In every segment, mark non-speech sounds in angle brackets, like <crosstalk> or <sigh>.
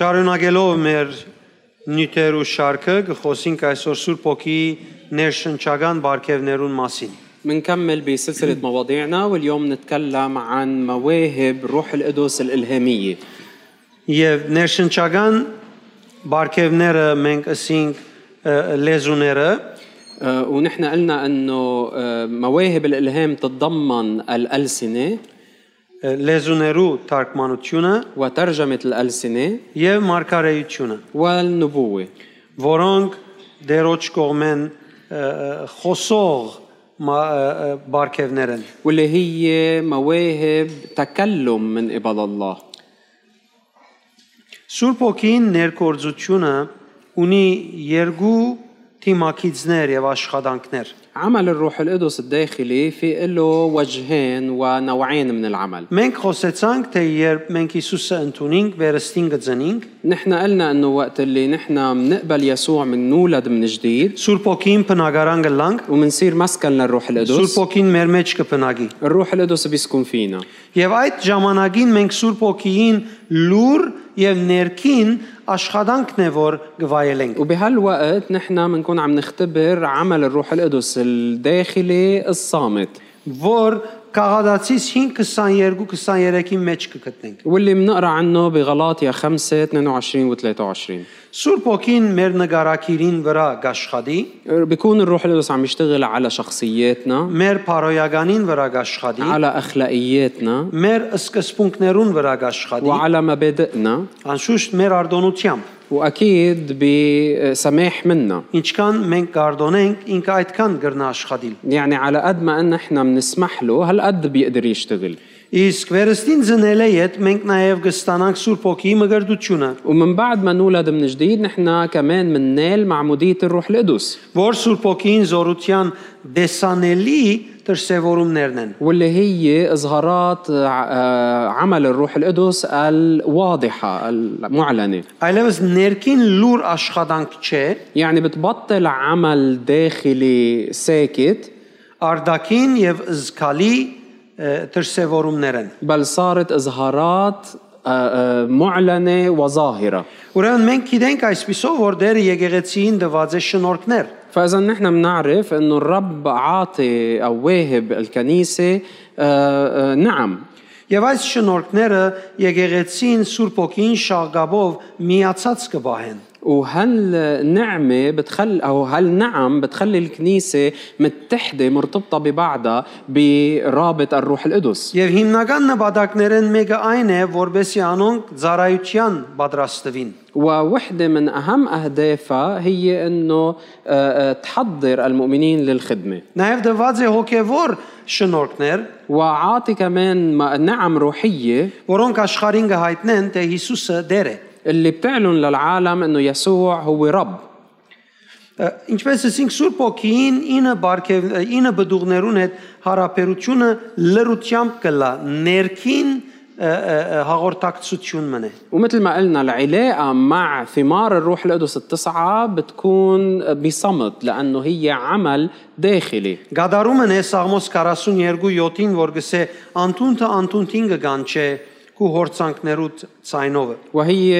Շարունակելով մեր նյութեր ու շարքը կխոսենք այսօր Սուրբ Օքի ներշնչական բարգևներուն մասին։ بنكمل بسلسلة مواضيعنا واليوم نتكلم عن مواهب روح القدس الإلهامية Եվ ներշնչական բարգևները մենք ասենք ը, լեզուները, آه، ونحن قلنا أنه آه، مواهب الإلهام تتضمن الألسنة ը, լեզուներու թարգմանությունը وترجمة الألسنة եւ մարգարեությունը, والنبوة որոնք դերոջ կողմեն ը, ը, խոսող մա- ը, ը, բարգևներ են։ واللي هي مواهب تكلم من قبل الله Սուրբ ոգին ներկործությունը ունի երկու թիմակիցներ եւ աշխատանքներ։ عمل الروح القدس الداخلي في له وجهين ونوعين من العمل Մենք խոսեցանք, թե երբ մենք Հիսուսը ընդունենք, վերստին կծնենք, نحن قلنا انه وقت اللي نحن بنقبل يسوع بنولد من جديد Սուրբ ոգին բնագարան կլանք, وبنصير مسكن للروح القدس Սուրբ ոգին մեր մեջ կբնակի։ الروح القدس بيسكن فينا Եվ այդ ժամանակին մենք Սուրբ ոգին լուր եւ ներքին աշխատանքն է, որ գվայելենք։ وبهالوقت نحن بنكون عم نختبر عمل الروح القدس الداخلي الصامت Որ Կաղադացիս 5:22-23-ի մեջ կգտնենք։ واللي بنقرا عنه بغلاطيا 5 22 و 23 Սուրբ ոգին մեր նկարակիրին վրա գաշխատի, بيكون الروح القدس عم يشتغل على شخصياتنا մեր փարոյականին վրա գաշխատի, على اخلاقياتنا մեր սկզբունքներուն վրա գաշխատի, وعلى مبادئنا անշուշտ մեր արդոնությամբ واكيد بسماح منا Ինչքան մենք կարդոնենք, ինքը այդքան կգրնա աշխատիլ։ يعني على قد ما ان احنا بنسمح له هالقد بيقدر يشتغل Իսկ վերստին ծնելը իդ մենք նաև կստանանք Սուրբ Օքի մգրդությունը, ومن بعد ما نولد من جديد نحن كمان مننال معمودية الروح القدس որ Սուրբ Օքին զորության դեսանելի դրսևորումներն են։ واللي هي إظهارات ع- آه، عمل الروح القدس الواضحة المعلنة Այլևս ներքին լուր աշխատանք չէ, يعني بتبطل عمل داخلي ساكت արդակին եւ զգալի ը, դրսևորումներ են։ بل صارت إظهارات آه، آه، معلنة وظاهرة Ուրեմն մենք գիտենք այսպիսով, որ դեր եկեղեցին դված է շնորհքներ, فإذا نحن بنعرف أنه الرب عاطي أو واهب الكنيسة آه، آه، نعم եւ այս շնորհքները եկեղեցին Սուրբ Օքին շաղգաբով միացած կբահեն։ وهالنعمة بتخل أو هالنعم بتخلي الكنيسة متحدة مرتبطة ببعضها برابط الروح القدس Եվ հիմնական նպատակներն մեկը այն է, որբեսի անոնք ծառայության պատրաստվին։ ووحدة من أهم أهدافها هي أنه آه، آه، تحضر المؤمنين للخدمة Նաև դված է հոգևոր շնորհքներ, وعاطي كمان م- نعم روحية որոնք աշխարհին կհայտնեն, թե Հիսուսը դեր է։ اللي بتعلن للعالم أنه يسوع هو رب Ա, Ինչպես ասինք Սուրբ Օքին ինը բարգև ինը բդուղներուն հետ հարաբերությունը լրությամբ կլա, ներքին ը, ը, ը, հաղորդակցություն մնե։ ومثل ما قلنا العلاقة مع ثمار الروح القدس التسعة بتكون بصمت لأنه هي عمل داخلي Գադարումն է Սաղմոս 42:7-ին, որ գսե «Անտունը անտունին կգանչե քու հորցանքներուց ցայնովը»։ وهي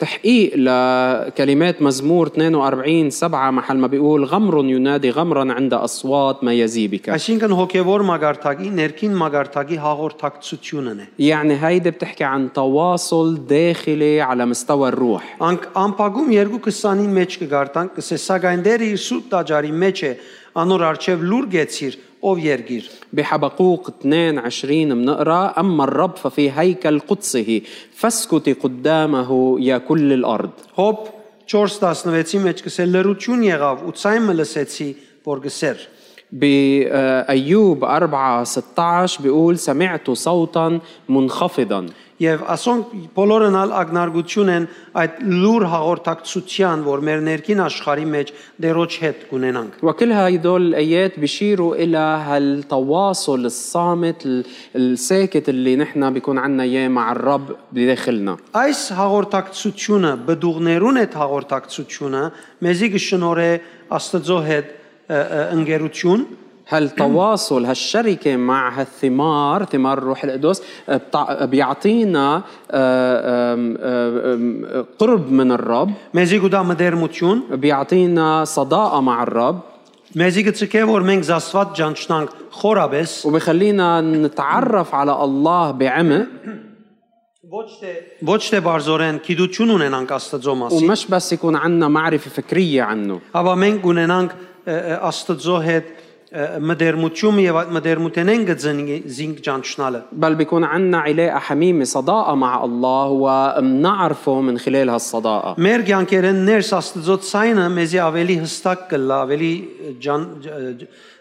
تحقيق لكلمات مزمور 42 سبعة محل ما بيقول غمر ينادي غمرا عند أصوات ما يزيبك Այսինքն հոգևոր մագարտակի ներքին մագարտակի հաղորդակցությունն է։ يعني هيدي بتحكي عن تواصل داخلي على مستوى الروح Անք ամպագում 2:20-ի մեջ կգարտանք, կսե սակայն դեր իր սուրբ տաճարի մեջ է, անոր արչև լուր գեցիր, ով երգիր։ بحبقوق 22 بنقرا اما الرب ففي هيكل قدسه فاسكتي قدامه يا كل الارض Հոբ 4:16-ի մեջ կսե լրություն եղավ ու ցայմը լսեցի, որ գսեր։ بأيوب 4 16 بيقول سمعت صوتا منخفضا Եվ ասոնք բոլորն ալ ագնարգություն են այդ լուր հաղորդակցության, որ մեր ներքին աշխարհի մեջ դերոջ հետ կունենանք։ وكل هيدول الايات بيشيروا الى هالتواصل الصامت ال- الساكت اللي نحن بيكون عنا اياه مع الرب بداخلنا Այս հաղորդակցությունը բդուղներուն այդ հաղորդակցությունը մեզի կշնորհե Աստծո հետ ը, ը, ընկերություն هل تواصل هالشركة مع هالثمار ثمار الروح القدس آه، بتع- بيعطينا آه، آم، آه، آم، آه، قرب من الرب Մեզի գուտա մդերմություն, بيعطينا صداقة مع الرب մեզի գծկե որ մենք զաստված ճանչնանք խորաբես, وبخلينا نتعرف على الله بعمق ոչ թե ոչ թե բարձորեն գիտություն ունենանք Աստծո մասին, ومش بس يكون عندنا معرفة فكرية عنه ապա մենք ունենանք ը, ը, Աստծո հետ ը, մդերմություն եւ այդ մդերմութենեն գծնինք ճանչնալը։ بل بيكون عندنا علاقة حميمة صداقة مع الله ومنعرفه من خلال هالصداقة Մեր ցանկերեն ներս Աստծո ցայնը մեզի ավելի հստակ կլա, ավելի ջան ջ- ը,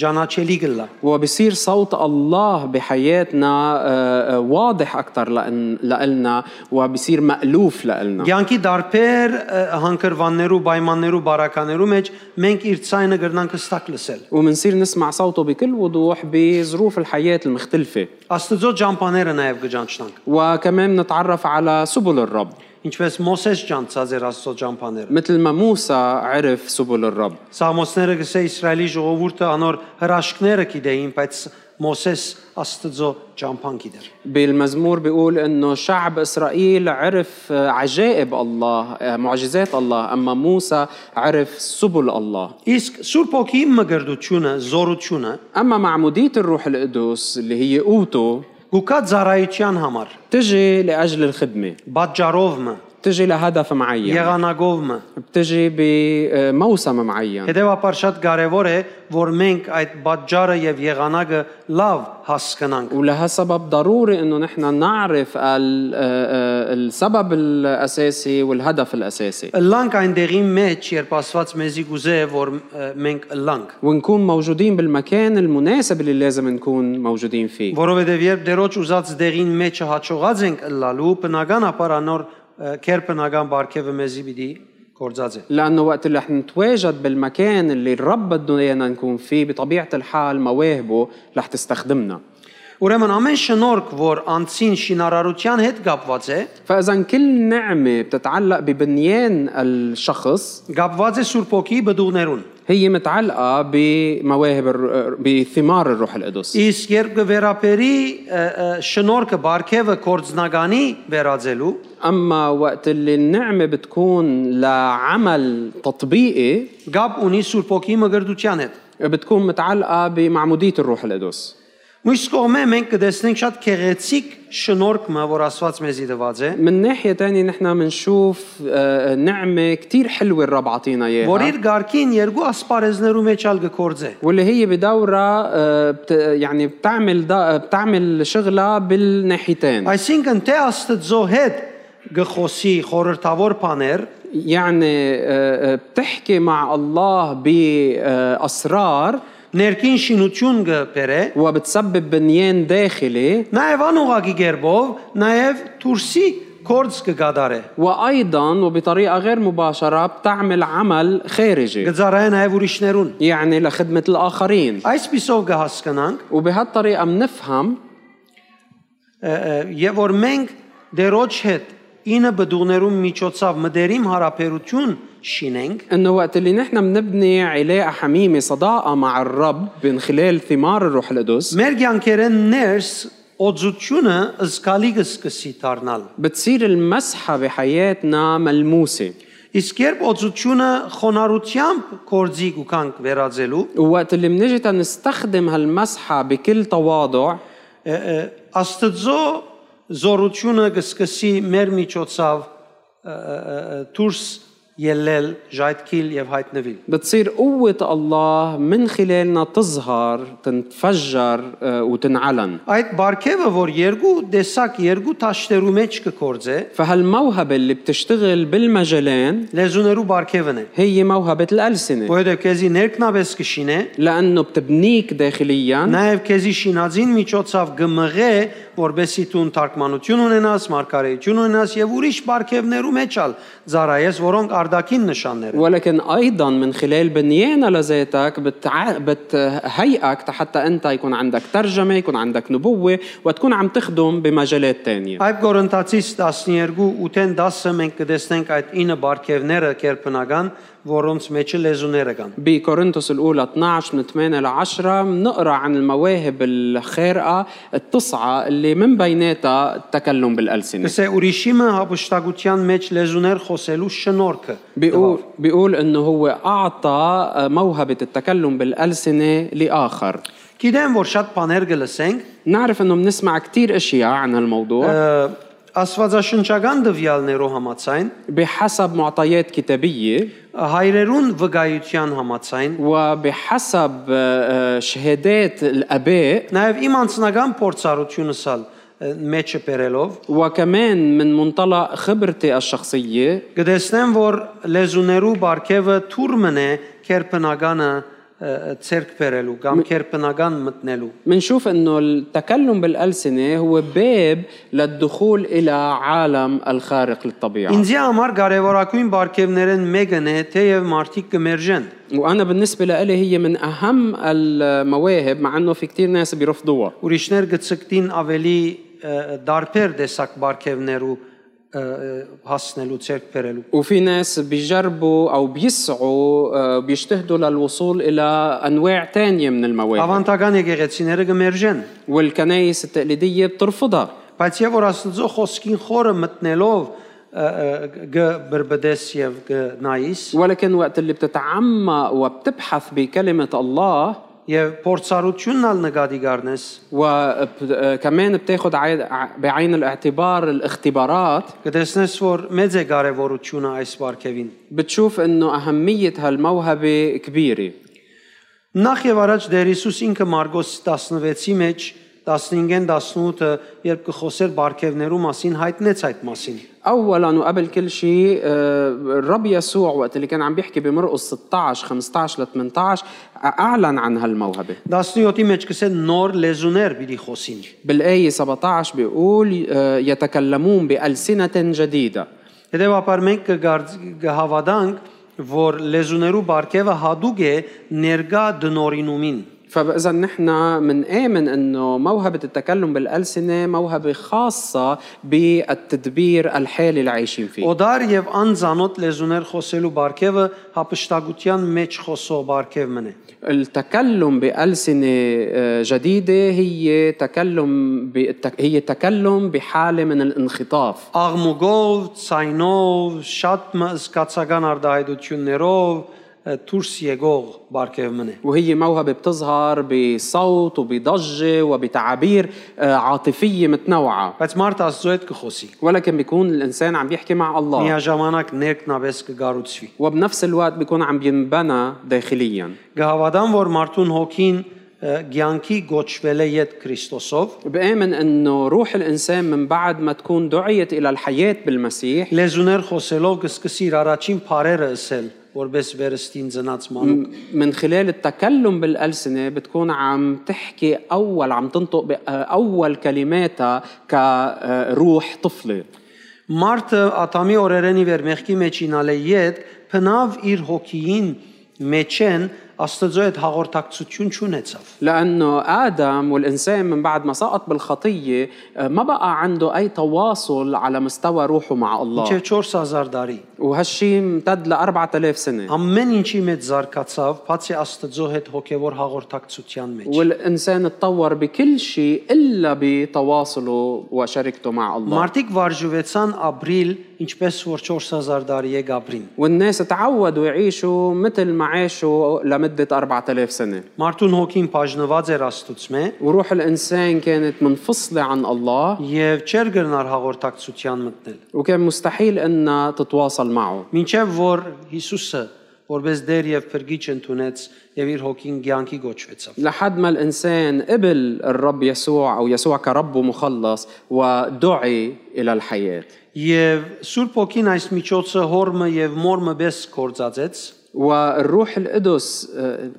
ճանաչելի կլա։ وبصير صوت الله بحياتنا آه، آه، واضح أكتر لإن- لإلنا وبصير مألوف لإلنا Ցանկի դարբեր ը, հանգրվաններու, պայմաններու, բարականերու մեջ մենք իր ցայնը գրնանք հստակ լսել։ ومنصير نسمع صوته بكل وضوح بظروف الحياة المختلفة Աստծո ճամփաները նաև կճանչնանք։ وكمان نتعرف على سبل الرب Ինչպես Մոսես ճանցած էր Աստծո ճամփաները։ مثل ما موسى عرف سبل الرب Սամոսները գսե Իսրայելի ժողովուրդը անոր հրաշքները գիտեին, բայց Մոսես Աստծո ճամփան գիտեր։ بالمزمور بيقول انه شعب اسرائيل عرف آه، عجائب الله آه، معجزات الله اما موسى عرف سبل الله Իսկ Սուրբ Օքի մգրդությունը, զորությունը اما معموديه الروح القدس اللي هي قوته գուկա ծառայության համար بتجي لاجل الخدمه բաճարովը, بتجي لهدف معين եղանակովը։ بتجي بموسم معين Հետևաբար շատ կարևոր է, որ մենք այդ բաճարը եւ եղանակը լավ հասկանանք։ ولهالسبب ضروري انه نحن نعرف ال- آه، آه، السبب الاساسي والهدف الاساسي Լանք այնտեղի մեջ, երբ ասված մեզի գուզե, որ ը, մենք լանք, ونكون موجودين بالمكان المناسب اللي لازم نكون موجودين فيه որովհետեւ երբ դերոջ ուզած դեղին մեջը հաճողած ենք լալու, բնական ապարանոր կեր բնական բարգեւը մեզի պիտի գործած է։ لانه وقت اللي رح نتواجد بالمكان اللي الرب بده ايانا نكون فيه بطبيعه الحال مواهبه رح تستخدمنا Ուրեմն ամեն շնորհք, որ անցին շինարարության հետ կապված է, فاذا كل نعمه بتتعلق ببنيان الشخص կապված է Սուրբ Օքի բդուղներուն։ هي متعلقه بمواهب الر- بثمار الروح القدس Իսկ երբ կվերապերի ը, ը, շնորհքը բարգևը կորձնականի վերածելու, اما وقت اللي النعمه بتكون لعمل تطبيقي գապ ունի Սուրբ Օքի մգրդության հետ։ بتكون متعلقه بمعموديه الروح القدس Մյուս կողմը մենք կտեսնենք շատ քեղեցիկ շնորհքը, որ Աստված մեզի տված է, من ناحية تانية نحن بنشوف آه، نعمة كتير حلوة الرب عطينا որ إياها իր ղարքին երկու ասպարեզներու մեջ ալ կգործե։ واللي هي بدورها آه، بت يعني بتعمل دا بتعمل شغلها بالناحيتين Այսինքն թե Աստծո հետ գխոսի խորհրդավոր բաներ, يعني آه، آه، بتحكي مع الله بأسرار ներքին շինություն կբերե, وبتسبب بنيان داخلي նաև անուղակի ģերբով, նաև դուրսի կորձ կգադարե։ وأيضا وبطريقة غير مباشرة بتعمل عمل خارجي Գծարայ նաև ուրիշներուն։ يعني لخدمة الآخرين Այս պիսով կհասկանանք وبهالطريقة منفهم Ա, ա, եւ որ մենք դերոջ հետ ինը բդուղներում միջոցով մդերիմ հարաբերություն շինենք انه وقت اللي نحن بنبني علاقه حميمه صداقه مع الرب من خلال ثمار الروح القدس մեր ցանկերեն ներս օծությունը զգալի կսկսի դառնալ بتصير المسحه بحياتنا ملموسه իսկ երբ օծությունը խոնարհությամբ կորձի գուքանք վերածելու ووقت اللي بنجي تنستخدم هالمسحه بكل تواضع ա, ա, աստծո զորությունը կսկսի մեր միջոցով դուրս ելել ժայթքիլ եւ հայտնվել بتصير قوة الله من خلالنا تظهر تنتفجر آه، وتنعلن այդ բարգևը որ երկու տեսակ երկու ճաշտերու մեջ կկործե فهالموهبة اللي بتشتغل بالمجالين լեզուներու բարգևն է هي موهبة الألسنة որովհետև քեզի ներքնաբես կշինե لأنه بتبنيك داخليا նաև քեզի շինածին միջոցով գմղե որբեսի դու թարգմանություն ունենաս մարգարեություն ունենաս եւ ուրիշ բարգևներու մեջալ ծառայես որոնք արդակին նշանները։ ولكن ايضا من خلال بنيان لذاتك بتع... بتهيئك حتى انت يكون عندك ترجمه يكون عندك نبوه وتكون عم تخدم بمجالات تانية Այդ Գորընթացից 12:8-ն 10-ը մենք կտեսնենք այդ 9 բարգևները կերպնական, որոնց մեջը լեզուները կան։ بكورنثوس الاولى 12 من 8 ل 10 بنقرا عن المواهب الخارقه التسعه اللي من بيناتها التكلم بالالسنه Իսկ ուրիշիմը հապշտակության մեջ լեզուներ խոսելու շնորհքը։ بيقول بيقول انه هو اعطى موهبه التكلم بالالسنه لاخر Գիտեմ, որ շատ բաներ կլսենք։ نعرف انه بنسمع كثير اشياء عن هالموضوع ը, Աստվածաշնչական դվյալներով համաձայն بحسب معطيات كتابيه հայրերուն վկայության համաձայն وبحسب آه، آه، شهادات الاباء Նաև իմ անձնական փորձառությունս ալ ը, մեջը բերելով وكمان من منطلق خبرتي الشخصيه գտեսնեմ, որ լեզուներու բարգևը թուրմն է կերպնականը ցերկ բերելու կամ կերպնական մտնելու։ منشوف انه التكلم بالالسنه هو باب للدخول الى عالم الخارق للطبيعه Ինձի համար կարևորագույն բարգևներն մեկն է, թեև մարդիկ կմերժեն։ وانا بالنسبه لي هي من اهم المواهب مع انه في كثير ناس بيرفضوها Ուրիշներ գծկտին ավելի ը, դարբեր տեսակ բարգևներու ը, ը, հասնելու ցերկ բերելու։ وفي ناس بيجربوا او بيسعوا آه، بيجتهدوا للوصول الى انواع تانية من المواهب Ավանդական եկեղեցիները կմերժեն։ والكنايس التقليديه بترفضها Բայց եւ որ Աստծո խոսքին խորը մտնելով ը, ը, գբրբդես եւ գնայիս ولكن وقت اللي بتتعمق وبتبحث بكلمه الله եւ փորձառությունն ալ նկատի գառնես وكمان آه، بتاخد عي- ع- بعين الاعتبار الاختبارات կտեսնես որ մեծ է կարեւորությունը այս բարգեւին بتشوف انه اهميه هالموهبه كبيره նախ եւ առաջ Տեր Հիսուս ինքը Մարգոս 16-ի մեջ 15-ն 18-ը երբ կխոսեր բարգեւներու մասին հայտնեց այդ մասին اولا وقبل كل شيء آه، الرب يسوع وقت اللي كان عم بيحكي بمرقس 16 15 ل 18 اعلن عن هالموهبه 17-ի մեջ կսել նոր լեզուներ պիտի խոսին بالايه 17 بيقول آه، يتكلمون بالسنه جديده Հետևաբար մենք կգարձ- կհավատանք, որ լեզուներու բարգևը հadouk է ներգա դնորինումին։ فاذا نحن بنآمن انه موهبه التكلم بالالسنه موهبه خاصه بالتدبير الحالي اللي عايشين فيه Օդար եւ անզանոթ լեզուներ խոսելու բարգևը հապշտակության մեջ խոսող բարգևն է։ التكلم بألسنة آه، جديدة هي تكلم ب... التك- هي تكلم بحالة من الانخطاف Աղմուկով, ցայնով, շատ մսկացական արդահայտություններով ը, դուրս եկող բարգևն է։ وهي موهبة بتظهر بصوت وبضجة وبتعابير آه، عاطفية متنوعة Բայց մարդ Աստծո հետ կխոսի։ ولكن بيكون الإنسان عم بيحكي مع الله Միաժամանակ ներքնաբես կգառուցվի։ وبنفس الوقت بيكون عم بينبنى داخليا Գհավադան, որ մարդուն հոգին ը, կյանքի գոչվել է յետ Քրիստոսով بآمن أنه روح الإنسان من بعد ما تكون دعيت إلى الحياة بالمسيح Լեզուներ խոսելով կսկսի իր առաջին բարերը ասել, որպես վերստին ծնած մանուկ։ من خلال التكلم بالألسنة بتكون عم تحكي أول عم تنطق بأول كلماتها كروح طفلة Մարտը ատամի օրերենի վեր մեղքի մեջ ինալե իդ փնավ իր հոգին մեջեն Աստծո հետ հաղորդակցություն չունեցավ։ لأنه آدم والإنسان من بعد ما سقط بالخطية ما بقى عنده أي تواصل على مستوى روحه مع الله Չէ 4000 տարի։ وهالشي امتد ل 4000 سنة Ամեն ինչի մեջ զարգացավ, բացի Աստծո հետ հոգևոր հաղորդակցության մեջ։ والإنسان اتطور بكل شيء إلا بتواصله وشركته مع الله Մարտիկ վարժվեցան ապրիլ, ինչպես որ 4000 տարի է ապրին։ والناس تعودوا يعيشوا مثل ما عاشوا لمدة 4000 سنة Մարտուն հոգին բաժնված էր Աստծմե وروح الانسان كانت منفصله عن الله եւ չեր գրնար հաղորդակցության մտնել։ وكان مستحيل انها تتواصل معه Մինչև որ Հիսուսը որպես դեր եւ փրկիչ ընդունեց եւ իր հոգին ցանկի գոչվեցավ։ لحد ما الانسان قبل الرب يسوع او يسوع كرب ومخلص ودعي الى الحياه Եվ Սուրբ Հոգին այս միջոցը հորմը եւ մորմը բես կործածեց։ والروح القدس آه،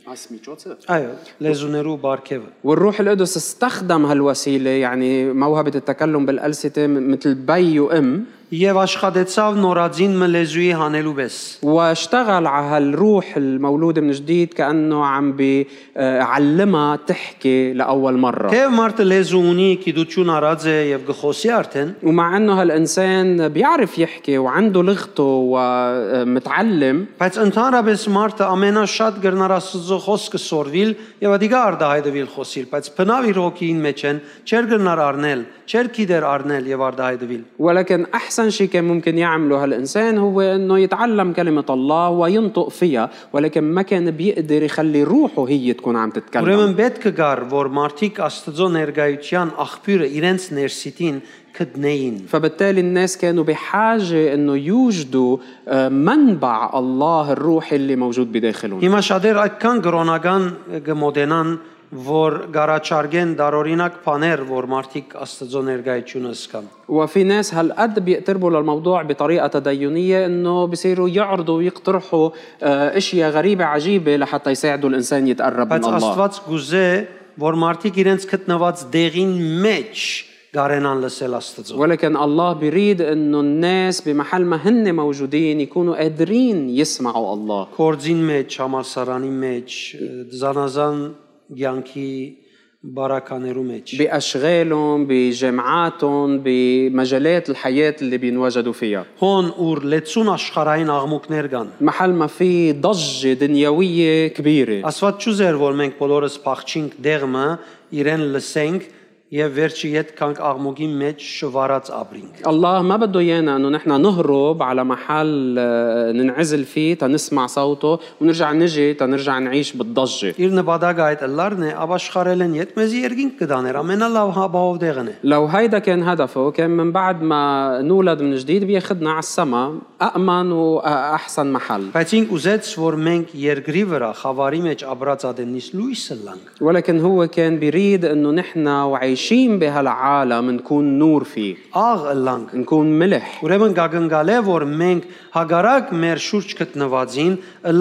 آه، Այո, լեզուներու բարգեւը։ والروح القدس استخدم هالوسيله يعني موهبه التكلم بالالسنه مثل بي وام եւ աշխատեցավ նորածին մլեզուի հանելու պես։ واشتغل على هالروح المولودة من جديد كأنه عم بيعلمها تحكي لأول مرة Թեև մարդը լեզու ունի, գիտություն առած է եւ գխոսի արդեն, ومع أنه هالإنسان بيعرف يحكي وعنده لغته ومتعلم բայց ընդհանրապես մարդը ամենաշատ գրնար Աստծո խոսքը սորվիլ եւ ադիգա արդահայտվել խոսիլ, բայց բնավ իր հոգին մեջ են, չեր գրնար առնել, չեր գիտեր առնել եւ արդահայտվել։ ولكن أحسن شيء كان ممكن يعمله هالإنسان هو أنه يتعلم كلمة الله وينطق فيها ولكن ما كان بيقدر يخلي روحه هي تكون عم تتكلم Ուրեմն պետք է գար, որ մարդիկ Աստծո ներգայության աղբյուրը իրենց ներսիտին կդնեին։ فبالتالي الناس كانوا بحاجة أنه يوجدوا آه، منبع الله الروحي اللي موجود بداخلهم Հիմա շատեր այդքան գրոնական գմոդենան, որ գարաչարգեն դարօրինակ բաներ, որ մարդիկ Աստծո ներգայությունը սկան։ وفي ناس هالقد بيقتربوا للموضوع بطريقه تدينيه انه بصيروا يعرضوا ويقترحوا آه، اشياء غريبه عجيبه لحتى يساعدوا الانسان يتقرب من Բայց الله Աստված գուզե, որ մարդիկ իրենց գտնված դեղին մեջ գարենան լսել Աստծո։ ولكن الله بيريد انه الناس بمحل ما هن موجودين يكونوا قادرين يسمعوا الله Կորձին մեջ, համասարանի մեջ, զանազան ցանկի բարականերու մեջ։ باشغالهم بجامعاتهم بمجالات الحياه اللي بينوجدوا فيها Հոն ուր լեցուն աշխարհային աղմուկներ կան։ محل ما في ضجه دنيويه كبيره Աստված ճուզեր, որ մենք բոլորս փախչինք դեղը, իրեն լսենք եւ վերջի հետ կանք աղմուկի մեջ շվարած ապրինք։ الله ما بده ايانا انه نحن نهرب على محل آه، ننعزل فيه تنسمع صوته ونرجع نجي تنرجع نعيش بالضجه Իր նպատակը այդ լարն է, ապաշխարելն իդ մեզի երկինք կդաներ, ամենալավ հաբաով դեղն է։ لو هيدا كان هدفه كان من بعد ما نولد من جديد بياخدنا على السما أأمن وأحسن محل Բայց ինք ուզեց, որ մենք երկրի վրա խավարի մեջ ապրած ադենից լույսը լանք։ ولكن هو كان بيريد انه نحن وعايشين بهالعالم نكون نور فيه Աղ լանք։ نكون ملح Ուրեմն գագնգալ է, որ մենք հագարակ մեր շուրջ գտնվածին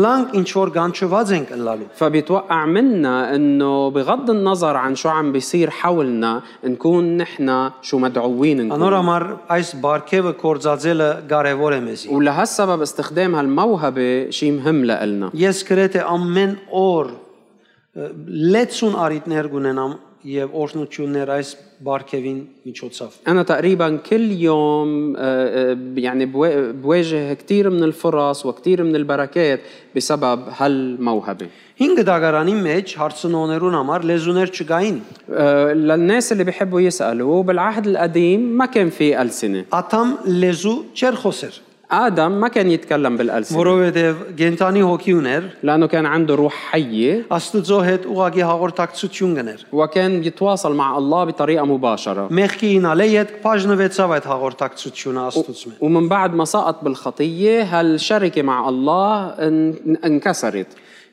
լանք ինչ որ գանչված ենք լալու։ فبيتوقع منا انه بغض النظر عن شو عم بيصير حولنا نكون نحن شو مدعوين نكون Անոր համար այս բարգևը կորցածելը կարևոր է մեզի։ ولهالسبب استخدام هالموهبة شيء مهم لإلنا Ես գրեթե ամեն օր ը, լեցուն արիտներ գունենամ եւ օրհնություններ այս բարգեւին միջոցով։ أنا تقريبا كل يوم آه، آه، يعني بوا- بواجه كثير من الفرص وكثير من البركات بسبب هالموهبة Հինգ դագարանի մեջ հարցնողներուն համար լեզուներ չկային։ آه، للناس اللي بيحبوا يسألوا بالعهد القديم ما كان في ألسنة Աթամ լեզու չեր խոսեր, آدم ما كان يتكلم بالألسنة որովհետեւ գենտանի հոգի ուներ, لأنه كان عنده روح حية Աստծո հետ ուղագի հաղորդակցություն գներ։ وكان يتواصل مع الله بطريقة مباشرة Մեղքի ինալե իդ բաժնվեցավ այդ հաղորդակցությունը Աստծո մեջ։ ومن بعد ما سقط بالخطية هالشركة مع الله ان- انكسرت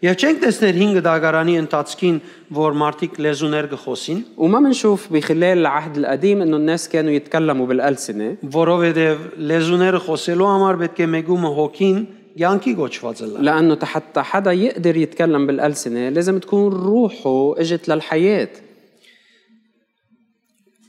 Եվ չենք տեսներ 5 դագարանի ընթացքին, որ մարդիկ լեզուներ գխոսին, وما منشوف بخلال العهد القديم انه الناس كانوا يتكلموا بالألسنة որովհետև լեզուները խոսելու համար պետք է մեգումը հոգին յանքի գոչված է լա։ لأنه حتى حدا يقدر يتكلم بالألسنة لازم تكون روحه اجت للحياة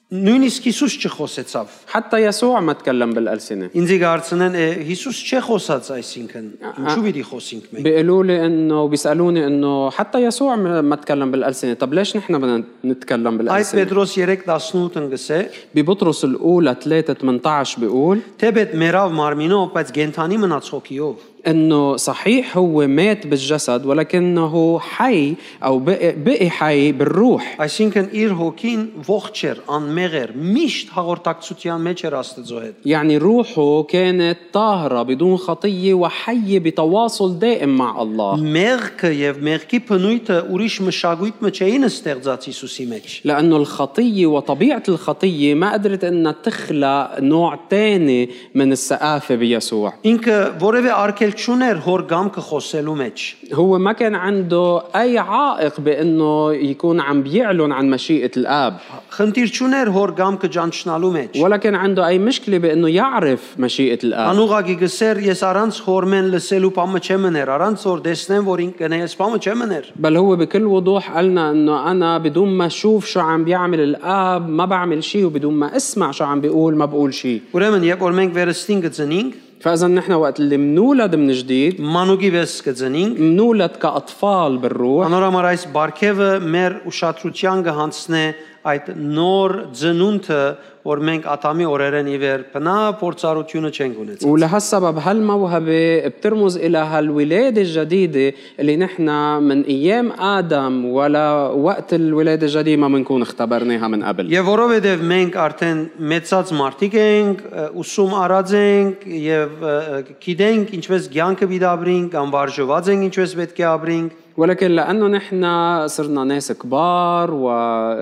Նույնիսկ Հիսուս չխոսեցավ։ حتى يسوع ما تكلم بالألسنة Ինձ գարցնեն, «Է, Հիսուս չէ խոսած, այսինքն ինչու պիտի խոսենք մենք։ بيقولوا لي انه بيسالوني انه حتى يسوع ما ما تكلم بالالسنه، طب ليش نحن بدنا نتكلم Այդ بالالسنه؟ Պետրոս 3:18-ն գսե, ببطرس الاولى 3 18 بيقول թե պետ մեռավ մարմինով, բայց գենթանի մնաց հոգիով։ انه صحيح هو مات بالجسد ولكنه حي او بقي, بقي حي بالروح Այսինքն իր հոգին ողջ էր, անմեղ էր, միշտ հաղորդակցության մեջ էր Աստծո հետ։ يعني روحه كانت طاهرة بدون خطية وحية بتواصل دائم مع الله Մեղքը եւ մեղքի փնույթը ուրիշ մշակույթ մեջ չէին ստեղծած Հիսուսի մեջ։ لأنه الخطية وطبيعة الخطية ما قدرت أنها تخلق نوع تاني من الثقافة بيسوع Ինքը որևէ արկել չուներ հոր գամքը խոսելու մեջ։ هو ما كان عنده أي عائق بأنه يكون عم بيعلن عن مشيئة الآب Խնդիր չուներ, մեր հոր գամքը ճանչնալու մեջ։ ولا كان عنده أي مشكلة بأنه يعرف مشيئة الآب Անուղագի գսեր ես առանց խորմեն լսելու պամը չեմ ներ, առանց որ տեսնեմ որ ինքն է, ես պամը չեմ ներ։ بل هو بكل وضوح قالنا انه انا بدون ما اشوف شو عم بيعمل الاب ما بعمل شيء وبدون ما اسمع شو عم بيقول ما بقول شيء Ուրեմն երբ որ մենք վերստին կծնինք, فاذا نحن وقت اللي منولد من جديد մանուկի վես կծնինք, منولد كاطفال بالروح անորամար այս բարգևը մեր ուշադրության կհանցնե այդ նոր ծնունդը, որ մենք ատամի օրերեն ի վեր բնա փորձառությունը չենք ունեցել։ ولهالسبب هالموهبة بترمز إلى هالولادة الجديدة اللي نحن من أيام آدم ولا وقت الولادة الجديدة ما بنكون اختبرناها من قبل Եվ որովհետև մենք արդեն մեծած մարդիկ ենք, ը, ուսում առած ենք եւ ը, ը, գիտենք ինչպես ցանկը վիդաբրին կամ վարժված ենք ինչպես պետք է ապրենք, ولكن لأنه نحن صرنا ناس كبار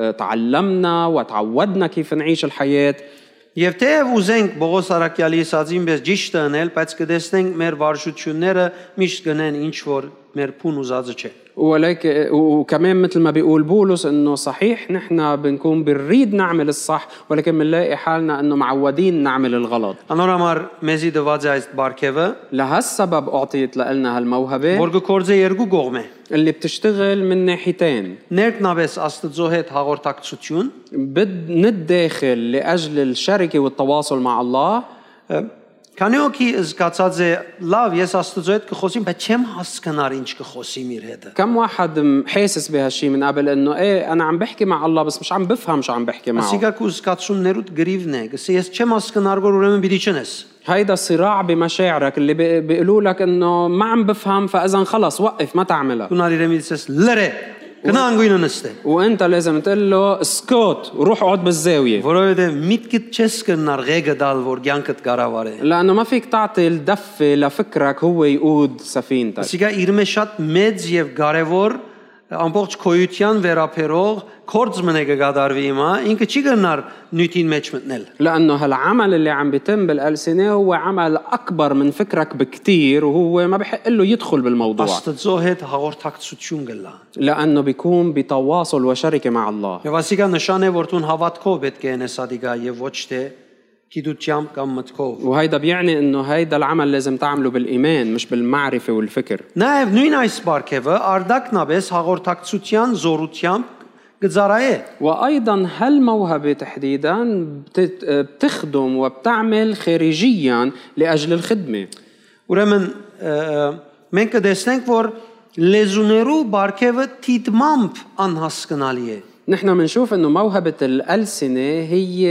وتعلمنا وتعودنا كيف نعيش الحياة Եվ թեև ուզենք Բողոս Արաքյալի ասածին պես ճիշտ ընել, բայց կտեսնենք մեր վարժությունները միշտ գնեն ինչ որ մեր փուն ուզածը չէ։ ولكن وكمان مثل ما بيقول بولس انه صحيح نحن بنكون بنريد نعمل الصح ولكن بنلاقي حالنا انه معودين نعمل الغلط Անորամար մեզի դված է այս բարգևը, لهالسبب اعطيت لنا هالموهبه որ գործը երկու կողմ է։ اللي بتشتغل من ناحيتين Ներքնավես Աստծո հետ հաղորդակցություն, بد- من الداخل لاجل الشركه والتواصل مع الله ը, քանի օքի զգացած է, լավ, ես Աստծո հետ կխոսեմ, բայց չեմ հասկանար ինչ կխոսեմ իր հետ։ كم واحد م- حاسس بهالشي من قبل انه ايه انا عم بحكي مع الله بس مش عم بفهم شو عم بحكي معه Ասիկա քու զգացումներուդ գրիվն է, գսե ես չեմ հասկանար, որ ուրեմն պիտի չնես։ هيدا صراع بمشاعرك اللي بي- بيقولوا لك انه ما عم بفهم فاذا خلص وقف ما تعملها Կունար իրենից ես լրե։ Գնա անգույնը նստե։ وانت لازم تقول له اسكت وروح اقعد بالزاويه Որովհետև միտքդ չես կնար ղեգը դալ, որ ցանկդ կառավարե։ لانه ما فيك تعطي الدفه لفكرك هو يقود سفينتك Ասիկա իր մեջ շատ մեծ եւ կարեւոր ամբողջ քոյության վերապերող կորձ մնե կգադարվի հիմա, ինքը չի գնար նյութին մեջ մտնել։ لانه هالعمل اللي عم بيتم بالالسنه هو عمل اكبر من فكرك بكتير وهو ما بحق له يدخل بالموضوع Աստծո հետ հաղորդակցություն գլա։ لانه بيكون بتواصل وشركه مع الله Եվ ասիկա նշան է, որ դուն հավատքով պետք է ենես ադիգա եւ ոչ թե գիտությամբ կամ մտքով։ وهيدا بيعني انه هيدا العمل لازم تعمله بالايمان مش بالمعرفه والفكر Նաեւ նույն այս բարգեւը արդակնաբես հաղորդակցության զորությամբ գծարայե։ وايضا هالموهبه تحديدا بتت- بتخدم وبتعمل خارجيا لاجل الخدمه Ուրեմն ը, ը, մենք կտեսնենք, որ լեզուներու բարգևը թիտմամբ անհասկանալի է։ نحن بنشوف انه موهبة الألسنة هي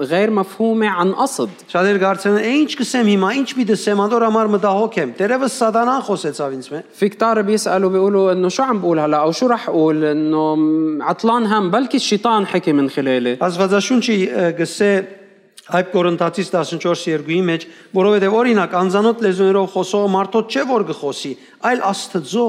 غير مفهومة عن قصد Շատեր կարծեն, «Է, ինչ կսեմ հիմա, ինչ մի դսեմ, անդոր համար մտահոգ եմ։ Տերևս սատանան խոսեցավ ինձ մե։ في كتار بيسألوا بيقولوا انه شو عم بقول هلا او شو رح اقول انه م- عطلان هم بلكي الشيطان حكي من خلالي Աստվածաշունչի ը, գսե Այդ Կորինթացիս 14:2-ի մեջ, որովհետև օրինակ անզանոթ լեզուներով խոսող մարդոց չէ որ գխոսի, այլ Աստծո,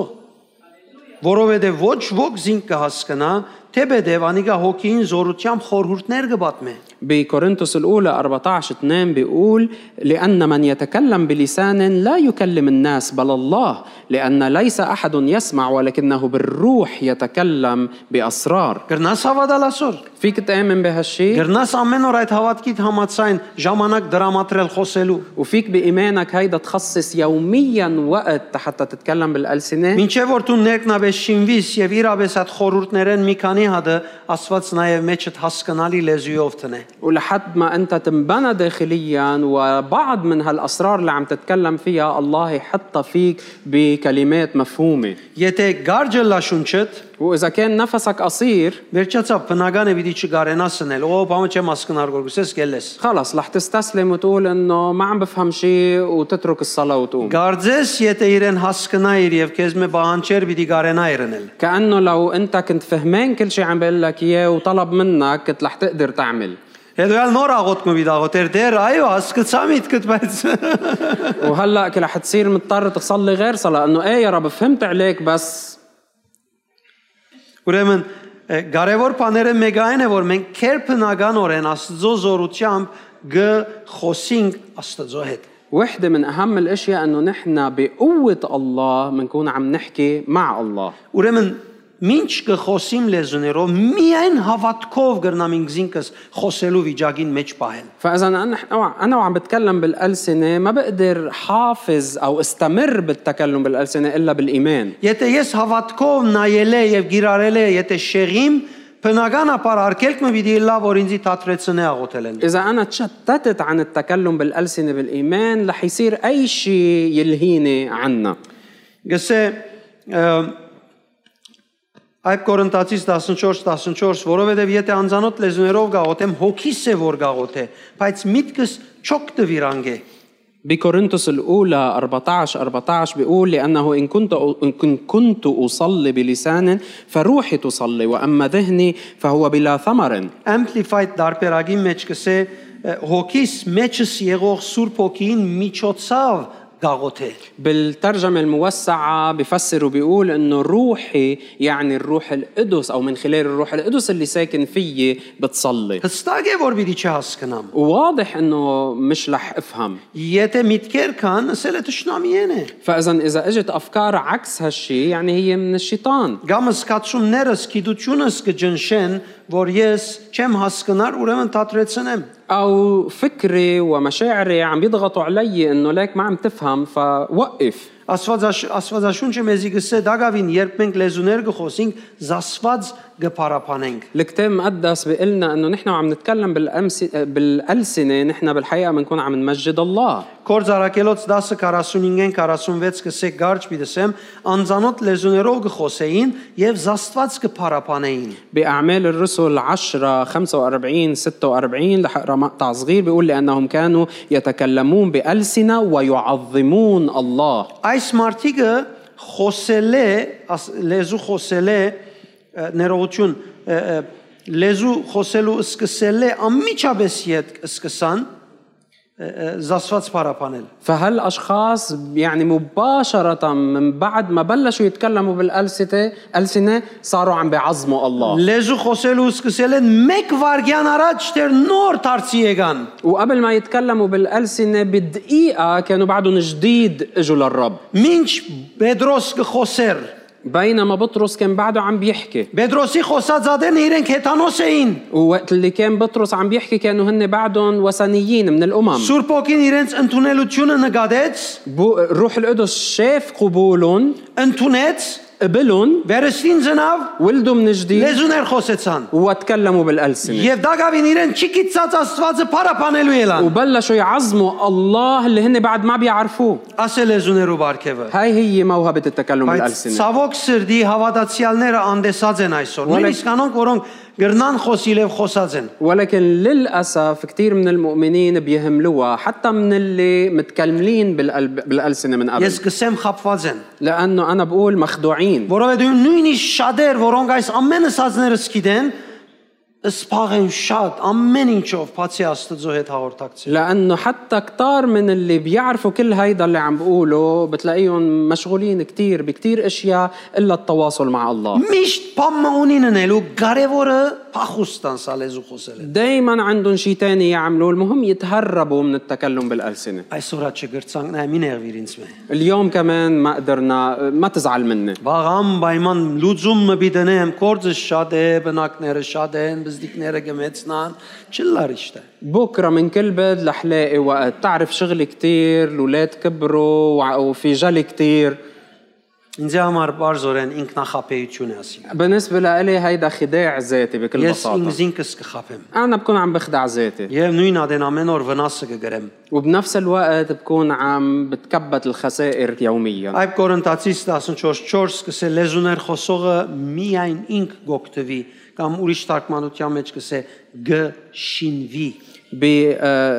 որովհետև ոչ ոք զինք կհասկանա, թեպետ անիկա հոգին զորությամբ խորհուրդներ կբատմե։ بكورنثوس الأولى 14 2 بيقول لأن من يتكلم بلسان لا يكلم الناس بل الله لأن ليس أحد يسمع ولكنه بالروح يتكلم بأسرار Գրնաս հավատալ ասոր։ فيك تآمن بهالشيء Գրնաս ամեն օր այդ հավատքիդ համացայն ժամանակ դրամատրել խոսելու։ وفيك بإيمانك هيدا تخصص يوميا وقت حتى تتكلم بالألسنة Մինչև որ դու ներքնաբես շինվիս եւ իրապես այդ խորուրդներեն մի քանի հատը Աստված նաեւ մեջդ հասկանալի լեզուով տնե։ ولحد ما أنت تنبنى داخليا وبعض من هالأسرار اللي عم تتكلم فيها الله يحطها فيك بكلمات مفهومة Եթե գարջը լա շունչդ, وإذا كان نفسك قصير վերջացավ բնականը պիտի չգարենաս սնել։ Օ, բամը չեմ հասկանար որ գսես գելես։ خلص رح تستسلم وتقول انه ما عم بفهم شيء وتترك الصلاة وتقوم Գարձես, եթե իրեն հասկանայր եւ քեզ մե բանջեր պիտի գարենա իրնել։ كأنه لو أنت كنت فهمان كل شيء عم بقول لك إياه وطلب منك كنت رح تقدر تعمل Հետո էլ նոր աղոտ մը վիդաղոտեր դեր, այո, հասկացա միտքդ, բայց <laughs> وهلا كل رح تصير مضطر تصلي غير صلاة انه ايه يا رب فهمت عليك بس Ուրեմն ը, կարևոր բաները մեկ այն է, որ մենք քերբնականորեն Աստծո զորությամբ գխոսինք Աստծո հետ։ وحدة من أهم الأشياء إنه نحن بقوة الله بنكون عم نحكي مع الله Ուրեմն Մինչ կխոսիմ լեզուներով, միայն հավատքով կգրնամ ինքս խոսելու վիճակին մեջ պահել։ فاذا انا أنا- انا وعم بتكلم بالالسنه ما بقدر حافظ او استمر بالتكلم بالالسنه الا بالايمان Եթե ես հավատքով նայել եմ եւ գիրարել եմ, եթե շեղիմ, բնականաբար արկելք մը պիտի լավ որ ինձի դատրեցնե աղոթելեն։ إذا أنا تشتتت عن التكلم بالألسنة بالإيمان رح يصير أي شيء يلهيني عنا Գսե ը, Այդ Կորինթացից 14:14, որովհետև եթե անզանոթ լեզուներով գաղութեմ, հոգիս է որ գաղութ է, բայց միտքս չոք դվիրանգե։ بكورنثوس الأولى 14 14 بيقول لأنه إن كنت إن كنت أصلي بلسان فروحي تصلي وأما ذهني فهو بلا ثمر Amplified դարբերագի մեջ գսե ը, հոգիս մեջս եղող Սուրբ Հոգին միջոցով գաղութ է։ بالترجمة الموسعة بفسر وبيقول إنه روحي يعني الروح القدس أو من خلال الروح القدس اللي ساكن فيي بتصلي Հստակ է որ պիտի չհասկանամ։ وواضح إنه مش رح أفهم Եթե միտքեր կան, ասել է ճշնամիեն է։ فاذا اذا اجت افكار عكس هالشي يعني هي من الشيطان Գամ սկացումներս, գիտությունս կջնշեն, որ ես չեմ հասկանար, ուրեմն դատրեցնեմ։ او فكري ومشاعري عم يضغطوا علي انه ليك ما عم تفهم فوقف Աստվածաշ Աստվածաշունչը մեզի գսե դակավին երբ մենք լեզուներ գխոսենք զասված գփարապանենք الكتاب المقدس بيقلنا انه نحن عم نتكلم بالأمس... بالالسنه نحن بالحقيقه بنكون عم نمجد الله Կորզարակելոց 10:45-ն 46 գսե գարջ միտսեմ անզանոթ լեզուներով գխոսեին եւ զաստված գփարապանեին باعمال الرسل 10 45 46 رح اقرا مقطع صغير بيقول لانهم كانوا يتكلمون بالسنه ويعظمون الله այս մարտիկը խոսել է աս- լեզու խոսել է ը, ներողություն ը, ը, լեզու խոսելու սկսել է անմիջապես իդ սկսան ը, ը, զաստված փարապանել فهالاشخاص يعني مباشره من بعد ما بلشوا يتكلموا بالالسنه السنه صاروا عم بيعظموا الله Լեզու խոսելու սկսել են 1 վարգյան առաջ դեռ նոր դարձի եկան։ وقبل ما يتكلموا بالالسنه بدقيقه كانوا بعدهم جديد اجوا للرب Մինչ Պետրոս կխոսեր։ بينما بطرس كان بعده عم بيحكي Պետրոսի խոսած ադեն իրենք հեթանոս էին։ ووقت اللي كان بطرس عم بيحكي كانوا هن بعدهم وثنيين من الامم Սուրբ ոգին իրենց ընդունելությունը նկատեց, بو الروح القدس شاف قبولهم ընդունեց, قبلهم վերստին ծնավ, ولدوا من جديد լեզուներ խոսեցան։ وتكلموا بالالسنه Եվ դակավին իրեն չի կիծած Աստվածը փարապանելու ելան։ وبلشوا يعظموا الله اللي հن بعد ما بيعرفوه Ասել լեզուներով արկևը։ هاي هي موهبة التكلم Բայց بالألسنة ցավոք սրդի հավատացյալները անդեսած են այսօր։ Որը- Նույնիսկ անոնք, որոնք գրնան խոսիլ եւ խոսած են։ ولكن للأسف كثير من المؤمنين بيهملوها حتى من اللي متكلمين بالقلب بالألسنة من قبل Ես գսեմ խապված են։ لأنه أنا بقول مخدوعين Որովհետև նույնիսկ շատեր, որոնք այս ամենը սածները սկիդեն, սփաղեն շատ ամեն ինչով բացի Աստծո հետ հաղորդակցել։ لأنه حتى كتار من اللي بيعرفوا كل هيدا اللي عم بقوله بتلاقيهم مشغولين كتير بكتير أشياء إلا التواصل مع الله Միշտ բամը ունին ընելու կարևորը փախուստան սալեզու խոսել են։ دايما عندهم شيء تاني يعملوه المهم يتهربوا من التكلم بالألسنة Այսօր չգրցանք նայ մին եղիր ինձ մե։ اليوم كمان ما قدرنا ما تزعل مني Բաղամ պայման լուծումը բիդենեմ, կորձը շատ է, բնակները շատ են, բզդիկները գմեցնան, չլարիշտը։ بكره من كل بيت رح لاقي وقت تعرف شغل كتير الاولاد كبروا وع- وفي جل كتير Ինձ համար բարձորեն ինքնախապեյություն է ասին։ بالنسبه لإلي هيدا خداع ذاتي بكل Ես بساطه ինձ ինքս կխապեմ։ انا بكون عم بخدع ذاتي Եվ նույն ադեն ամեն օր վնասը կգրեմ։ وبنفس الوقت بكون عم بتكبت الخسائر يوميا Այդ Կորինթացից 14:4 սկսել լեզուներ խոսողը միայն ինք գոկտվի կամ ուրիշ թարգմանության մեջ կսե գշինվի آه،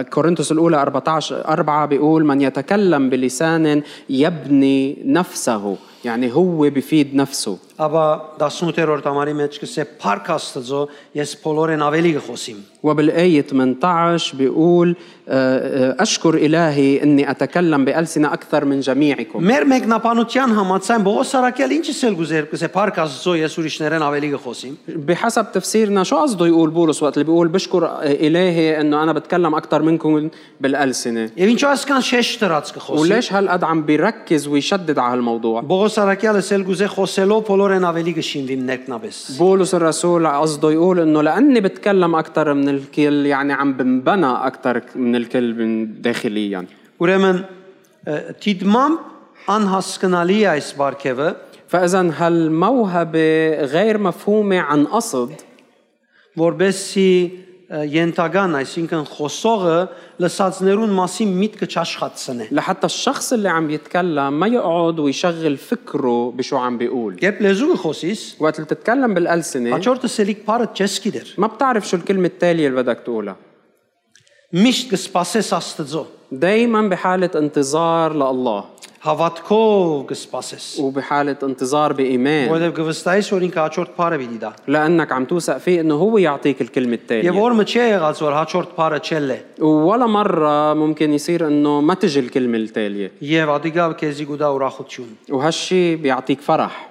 بكورنثوس الاولى 14 4 بيقول من يتكلم بلسان يبني نفسه يعني هو بفيد نفسه ապա 18-րդ ամարի մեջ կսե փառք Աստծո ես բոլորեն ավելի կխոսիմ وبالآية 18 بيقول آه، آه، أشكر إلهي أني أتكلم بألسنة أكثر من جميعكم Մեր մեկնաբանության համաձայն Պողոս Սարակյալ ինչս էլ գուզեր կսե Փարք Աստծո ես ուրիշներեն ավելի կխոսիմ։ بحسب تفسيرنا شو قصده يقول بولس وقت اللي بيقول بشكر آه، إلهي أنه أنا بتكلم أكثر منكم بالألسنة Եվ ինչու այսքան շեշտ դրած կխոսի։ وليش هالقد عم بيركز ويشدد على هالموضوع Պողոս Սարակյալը էլ գուզե խոսելով բոլորեն ավելի կշինվին ներքնաբես։ بولس الرسول قصده يقول انه لاني بتكلم اكثر من الكل يعني عم بنبنى اكثر من الكل من داخليا Ուրեմն ը, թիդմամբ անհասկանալի է այս բարգևը, فاذا هالموهبه غير مفهومه عن قصد որբեսի յենթական, այսինքն խոսողը լսածներուն մասին միտքը չաշխատցնե։ لحتى الشخص اللي عم يتكلم ما يقعد ويشغل فكره بشو عم بيقول Երբ լեզուը խոսիս, وقت اللي بتتكلم بالالسنه հաջորդը սելիկ բառը չես գիտեր։ ما بتعرف شو الكلمه التاليه اللي بدك تقولها Միշտ կսպասես Աստծո, دائما بحاله انتظار لله հավատքով կսպասես։ وبحاله انتظار بايمان Որովհետև գվստայես, որ ինքը հաջորդ բառը պիտի դա։ لانك عم توثق فيه انه هو يعطيك الكلمه التاليه Եվ օրը չի եղած, որ հաջորդ բառը չելը։ ولا مرة ممكن يصير انه ما تجي الكلمة التالية Եվ ադիգա քեզի գուտա ուրախություն։ وهالشي بيعطيك فرح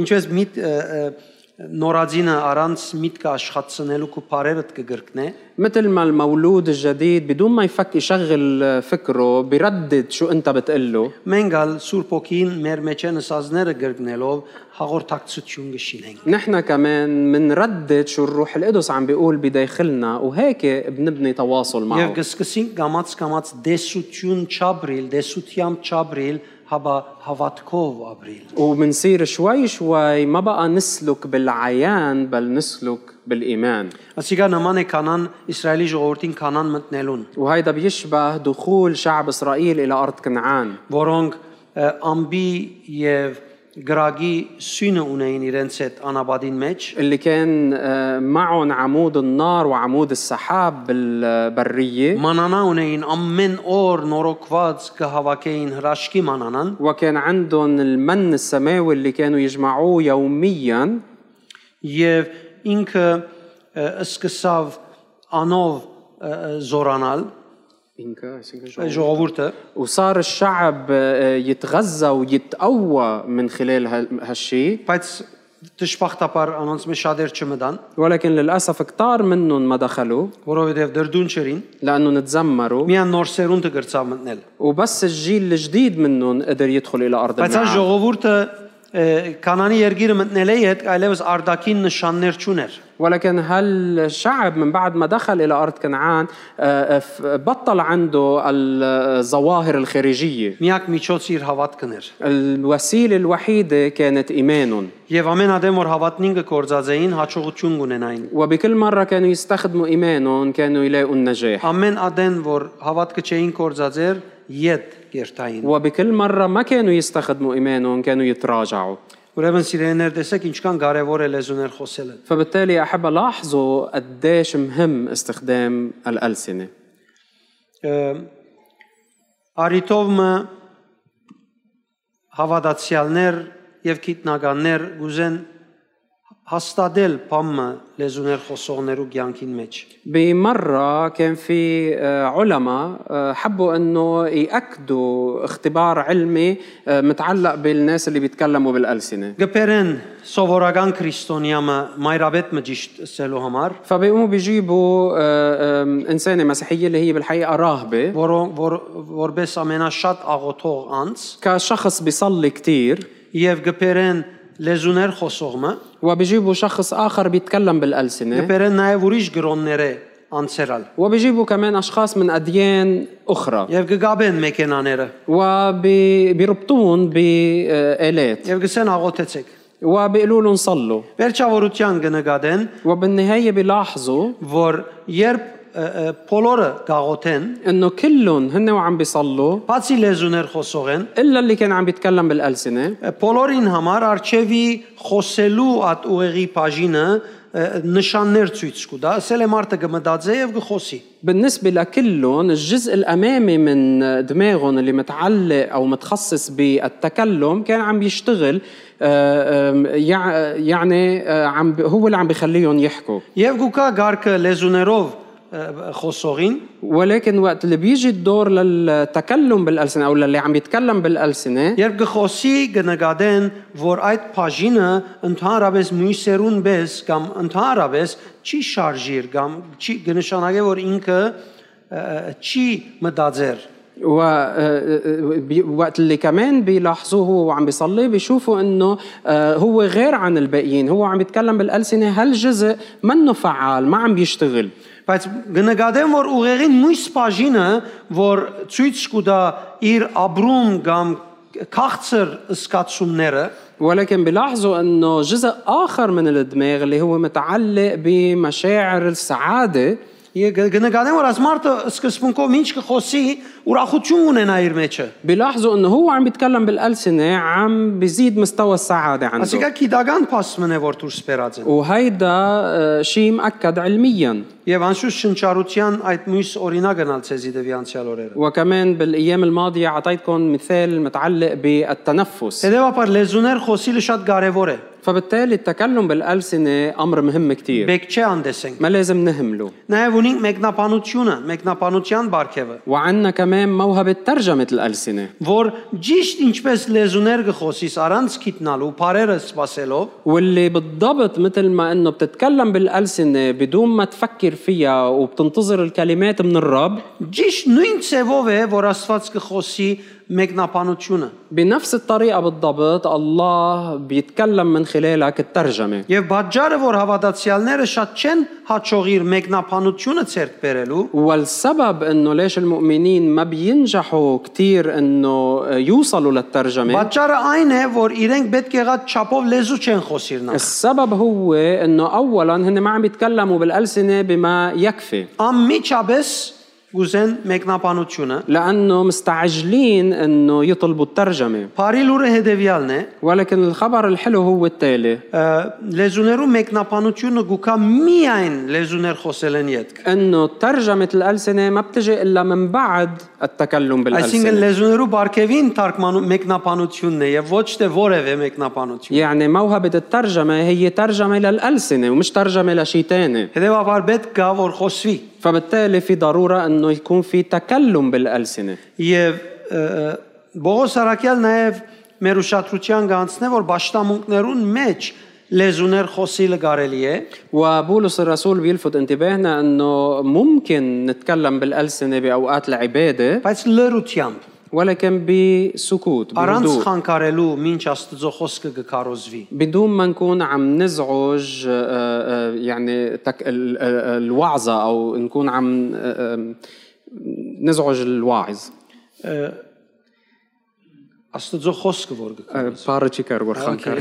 Ինչպես միտ ը, ը, նորածինը առանց միտքը աշխատցնելու կու բարերդ կգրկնե, مثل ما المولود الجديد بدون ما يفك يشغل فكره بردد شو انت بتقله մենք ալ Սուրբ ոգին մեր մեջ են սազները գրկնելով հաղորդակցություն կշինենք։ نحن كمان منردد شو الروح القدس عم بيقول بداخلنا وهيك بنبني تواصل Եվ معه կսկսենք կամած կամած դեսություն չաբրիլ, դեսությամբ չաբրիլ, հաբա հավատքով աբրիլ։ وبنصير شوي شوي ما بقى نسلك بالعيان بل نسلك بالإيمان Ասիկա նման է կանան Իսրայելի ժողովրդին կանան մտնելուն, وهيدا بيشبه دخول شعب إسرائيل إلى أرض كنعان որոնք ը, ամբի եւ գրագի սյունը ունեին իրենց այդ անաբադին մեջ اللي كان آه، معهم عمود النار وعمود السحاب بالبرية Մանանա ունեին ամեն օր նորոգված կհավաքեին հրաշքի մանանան وكان عندهم المن السماوي اللي كانوا يجمعوه يوميا եւ ինքը ը, սկսավ անով ը, ը, զորանալ ժողովուրդը وصار الشعب آه، يتغذى ويتقوى من خلال هال- هالشي բայց դժբախտաբար անոնց մեջ շատեր չմտան ولكن للأسف كتار منهم ما دخلوا որովհետեւ դրդուն չերին لأنهم تزمروا միան նոր սերունդը գրծավ մտնել وبس الجيل الجديد منهم قدر يدخل إلى أرض բայց այս النعام ժողովուրդը ը, կանանի երկիրը մտնել է հետ այլևս արդակին նշաններ չուներ ولكن هالشعب من بعد ما دخل إلى أرض كنعان آه، آه، ف- بطل عنده الظواهر الخارجية միակ միջոցը իր հավատքն էր الوسيلة الوحيدة كانت إيمانهم եւ ամեն ադեմ որ հավատնին կգործածային հաջողություն կունենային وبكل مرة كانوا يستخدموا إيمانهم كانوا يلاقوا النجاح Ամեն ադեն որ հավատքը չէին կորցածեր իդ կերտային։ وبكل مرة ما كانوا يستخدموا إيمانهم كانوا يتراجعوا Ուրեմն սիրելիներ տեսեք ինչքան կարևոր է լեզուներ խոսելը։ فبالتالي أحب ألاحظوا قديش مهم استخدام الألسنة Ը, Արիտովը հավատացյալներ եւ գիտնականներ ուզեն հաստատել բամը լեզուներ խոսողներու ցանկին մեջ։ بمرة كان في آه، علماء آه، حبوا انه يأكدوا اختبار علمي آه، متعلق بالناس اللي بيتكلموا بالألسنة Գբերեն սովորական քրիստոնյամը մայրաբեդ մջիշտ սելու համար, فبيقوموا بيجيبوا آه، آم، إنسانة مسيحية اللي هي بالحقيقة راهبة որոնք որ, որպես ամենաշատ աղոթող անձ كشخص بيصلي كتير եւ գբերեն լեզուներ խոսողը وبيجيبوا شخص آخر بيتكلم بالألسنة գբերեն նաեւ ուրիշ գրոններ է անցերալ وبيجيبوا كمان أشخاص من أديان أخرى եւ գգաբեն մեքենաները وبيربطون بآلات եւ գսեն աղոթեցեք وبيقولوا لهم صلوا վերջավորության կնկատեն وبالنهاية بيلاحظوا որ երբ ը, ը, բոլորը գաղոթեն انه كلهم هن وعم بيصلوا բացի լեզուներ խոսողեն الا اللي كان عم بيتكلم بالالسنه ը, բոլորին համար արչեվի խոսելու այդ ուղեղի բաժինը ը, նշաններ ցույց կտա ասել է մարդը կմտածե եւ կխոսի بالنسبه لكلهم الجزء الامامي من دماغهم اللي متعلق او متخصص بالتكلم كان عم بيشتغل آه، آم، يع- يعني آه، عم بي- هو اللي عم بخليهم يحكوا եւ գուկա գարկը լեզուներով ը, խոսողին, ولكن وقت اللي بيجي الدور للتكلم بالألسنة أو للي عم يتكلم بالألسنة երբ գխոսի կնկատեն, որ այդ բաժինը ընդհանրապես մույսերուն պես կամ ընդհանրապես չի շարժիր կամ չի կնշանակե որ ինքը ը, ը, չի մտածեր։ آه، ووقت اللي كمان بيلاحظوه هو وعم بيصلي بيشوفوا انه آه، هو غير عن الباقيين هو عم يتكلم بالألسنة هالجزء منه فعال ما عم بيشتغل Բայց կնկատեմ, որ ուղեղին մույս բաժինը, որ ցույց կտա իր ապրում կամ քաղցր սկացումները, ولكن بيلاحظوا انه جزء اخر من الدماغ اللي هو متعلق بمشاعر السعاده Գնկանեմ որ աս մարդը սկզբունքով ինչ կխոսի ուրախություն ունենա իր մեջը։ بيلاحظوا انه هو عم بيتكلم بالالسنه عم بيزيد مستوى السعاده عنده Ասիկա քիդական փաստմն է որ դուրս սպերած են։ وهيدا آه، شيء مؤكد علميا Եվ անշուշտ շնչառության այդ մյուս օրինակն ալ ցեզի դվյանցյալ օրերը։ وكمان بالايام الماضيه اعطيتكم مثال متعلق بالتنفس Հետևաբար լեզուներ խոսիլը շատ կարևոր է։ فبالتالي التكلم بالالسنه امر مهم كتير Բեք չէ անդեսենք։ ما لازم نهمله Նաև ունենք մեկնաբանությունը, մեկնաբանության բարգևը, وعندنا كمان موهبه ترجمه الالسنه որ ճիշտ ինչպես լեզուներ կխոսիս առանց քիտնալու, բարերը սпасելով, واللي بالضبط مثل ما انه بتتكلم بالالسنه بدون ما تفكر فيها وبتنتظر الكلمات من الرب ճիշտ նույն ցևով է որ Աստված կխոսի մեկնաբանությունը։ بنفس الطريقه بالضبط الله بيتكلم من خلالك الترجمه Եվ բաճարը, որ հավատացյալները շատ չեն հաջողիր մեկնաբանությունը ցերկ բերելու, والسبب انه ليش المؤمنين ما بينجحوا كثير انه يوصلوا للترجمه բաճարը այն է, որ իրենք պետք է եղած չափով լեզու չեն խոսիր նա։ السبب هو انه اولا هن ما عم بيتكلموا بالالسنه بما يكفي Անմիջապես գուզեն մեկնաբանությունը։ لانه مستعجلين انه يطلبوا الترجمه Բարի լուրը հետևյալն է, ولكن الخبر الحلو هو التالي ը, լեզուներու մեկնաբանությունը գուքա միայն լեզուներ խոսելեն յետք։ انه ترجمه الالسنه ما بتجي الا من بعد التكلم Այսինքն بالالسنه լեզուներու բարգևին թարգմանում մեկնաբանությունն է եւ ոչ թե որևէ մեկնաբանություն։ يعني موهبه الترجمه هي ترجمه للالسنه ومش ترجمه لشيء ثاني Հետևաբար պետք է որ խոսվի فبالتالي في ضروره انه يكون في تكلم بالالسنه Եվ ը, ը, Բողոս Արաքյալ նաև մեր ուշադրության կանցնե որ աշտամունքներուն մեջ լեզուներ խոսիլը կարելի է وبولس الرسول بيلفت انتباهنا انه ممكن نتكلم بالالسنه باوقات العباده բայց լրությամբ ولكن بسكوت առանց بهدوء խանգարելու ինչ Աստծո խոսքը կկարոզվի بدون ما نكون عم نزعج آه، آه، يعني تك ال- ال- الوعظة أو نكون عم آه، آم، نزعج الواعظ Աստծո խոսքը որ կկա آه، بارتشيكر ورخانكر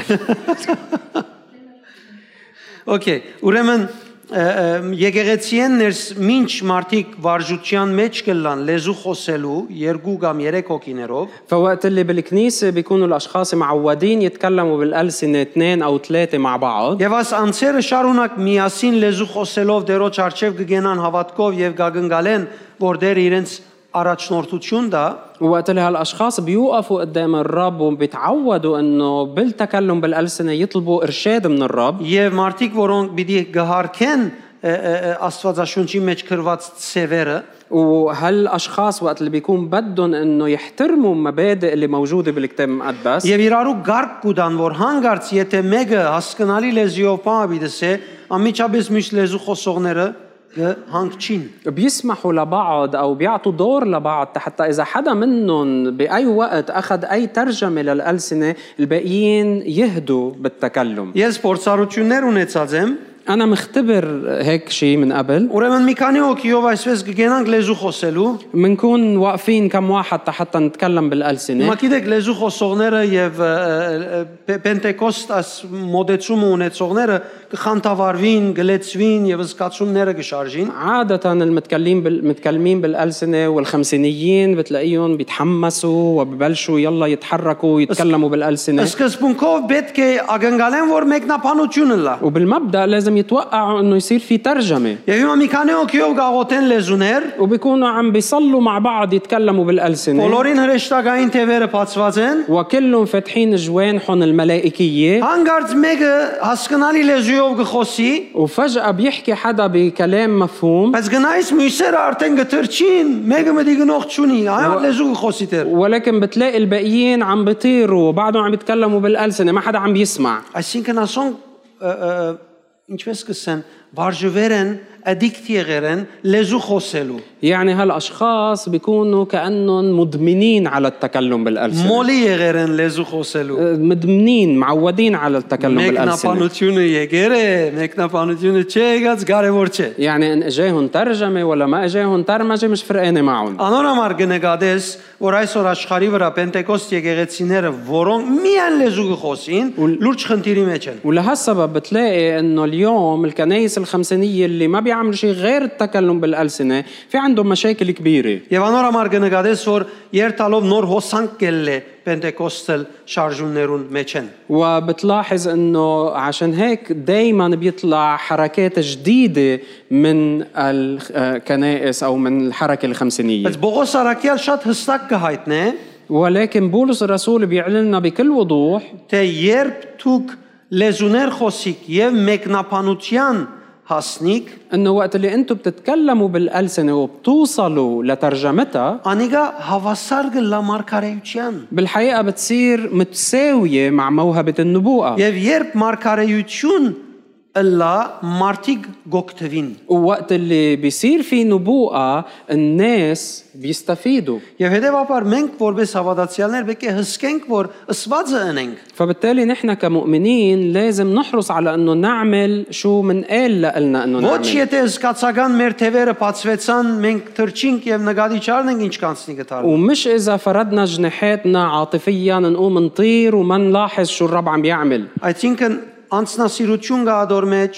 Okay ուրեմն ը, ը, եկեղեցիներս ինչ մարդիկ վարժության մեջ կլան լեզու խոսելու երկու կամ երեք հոգիներով فوقت اللي بالكنيسة بيكونوا الأشخاص معودين يتكلموا بالألسنة اثنين أو ثلاثة مع بعض Եվ աս անցերը շարունակ միասին լեզու խոսելով դերոջ արչև կգենան հավատքով եւ գագնգալեն, որ դեր իրենց առաջնորդություն դա, وقت اللي هالأشخاص بيوقفوا قدام الرب وبيتعودوا أنه بالتكلم بالألسنة يطلبوا إرشاد من الرب եւ մարդիկ, որոնք պիտի գահարքեն ը, ը, ը, Աստվածաշունչի մեջ քրված ծևերը, وهالأشخاص وقت اللي بيكون بدهم أنه يحترموا المبادئ اللي موجودة بالكتاب المقدس եւ իրարու գարգ կուտան, որ հանգարց եթե մեկը հասկանալի լեզվով պահիդսե, ամիջապես միշտ լեզու խոսողները կհանգչին։ بيسمحوا لبعض او بيعطوا دور لبعض حتى اذا حدا منهم باي وقت اخذ اي ترجمه للالسنه الباقيين يهدوا بالتكلم Ես փորձառություններ ունեցած եմ, انا مختبر هيك شيء من قبل ուրեմն մի քանի օքիով այսպես կգենանք լեզու խոսելու منكون واقفين كم واحد حتى نتكلم بالالسنه Հիմա գիտեք լեզու խոսողները եւ ը, ը, ը, Պենտեկոստ աս մոդեցումը ունեցողները կխանտավարվին, գլեցվին եւ զգացումները կշարժին։ عادة المتكلمين بال... متكلمين بالألسنة والخمسينيين بتلاقيهم بيتحمسوا وببلشوا يلا يتحركوا ويتكلموا بالألسنة Սկզբունքով պետք է ագնկալեն, որ մեկնաբանությունը լա։ وبالمبدأ لازم يتوقعوا انه يصير في ترجمه Եվ հիմա մի քանի օքիով գաղութեն լեզուներ, وبيكونوا عم بيصلوا مع بعض يتكلموا بالالسنه բոլորին հրեշտակային թևերը բացված են։ وكلهم فاتحين جوانحهم الملائكيه Հանգարց մեկը հասկանալի լեզուով գխոսի, وفجاه بيحكي حدا بكلام مفهوم բայց գնայից մյուսերը արդեն գտրչին, մեկը մտի գնող չունի, այո լեզու գխոսի դեր։ ولكن بتلاقي الباقيين عم بيطيروا وبعدهم عم يتكلموا بالالسنه ما حدا عم بيسمع Այսինքն ասոն ը, ը, ինչպես կսեն, վարժվեր են, addict եղեր են լեզու խոսելու։ يعني هالاشخاص بيكونوا كانهم مدمنين على التكلم بالالسنه Մոլի եղեր են լեզու խոսելու։ مدمنين معودين على التكلم بالالسنه Մեկնաբանությունը եղեր է, մեկնաբանությունը չի եղած, կարևոր չէ։ يعني ان اجاهم ترجمه ولا ما اجاهم ترمجه مش فرقانه معهم آه. Անոնամար կնկատես, որ այսօր աշխարի վրա Պենտեկոստ եկեղեցիները, որոնք միայն լեզու գխոսին, լուրջ խնդիրի մեջ են։ ولهالسبب بتلاقي انه اليوم الكنائس الخمسينيه اللي ما بيعملوا شيء غير التكلم بالالسنه في عندهم مشاكل كبيره Եվ անոնամար կնկատես, որ երթալով նոր հոսանք կելլե Պենտեկոստալ շարժումներուն մեջ են։ وبتلاحظ انه عشان هيك دائما بيطلع حركات جديده من الكنائس او من الحركه الخمسينيه Բայց Բողոս Արաքյալ շատ հստակ կհայտնե, ولكن بولس الرسول بيعلن لنا بكل وضوح թե երբ դուք լեզուներ խոսիք եւ մեկնաբանության հասնիք, انه وقت اللي انتم بتتكلموا بالالسنه وبتوصلوا لترجمتها անիկա հավասար գլա մարգարեյության։ بالحقيقه بتصير متساويه مع موهبه النبوءه Եվ երբ մարգարեյություն ըլլա մարտիկ գոկտվին ووقت اللي بيصير في نبوءة الناس بيستفيدوا Եվ հետևաբար մենք որպես հավատացյալներ պետք է հսկենք, որ ըսվածը ընենք։ فبالتالي نحن كمؤمنين لازم نحرص على انه نعمل شو منقال لنا انه Ոչ نعمل եթե զգացական մեր թևերը բացվեցան, մենք թրջինք եւ նկատի չառնենք ինչ կանցնի գտարը։ ومش اذا فردنا جناحاتنا عاطفيا نقوم نطير وما نلاحظ شو الرب عم بيعمل Այսինքն անցնասիրություն կա դոր մեջ,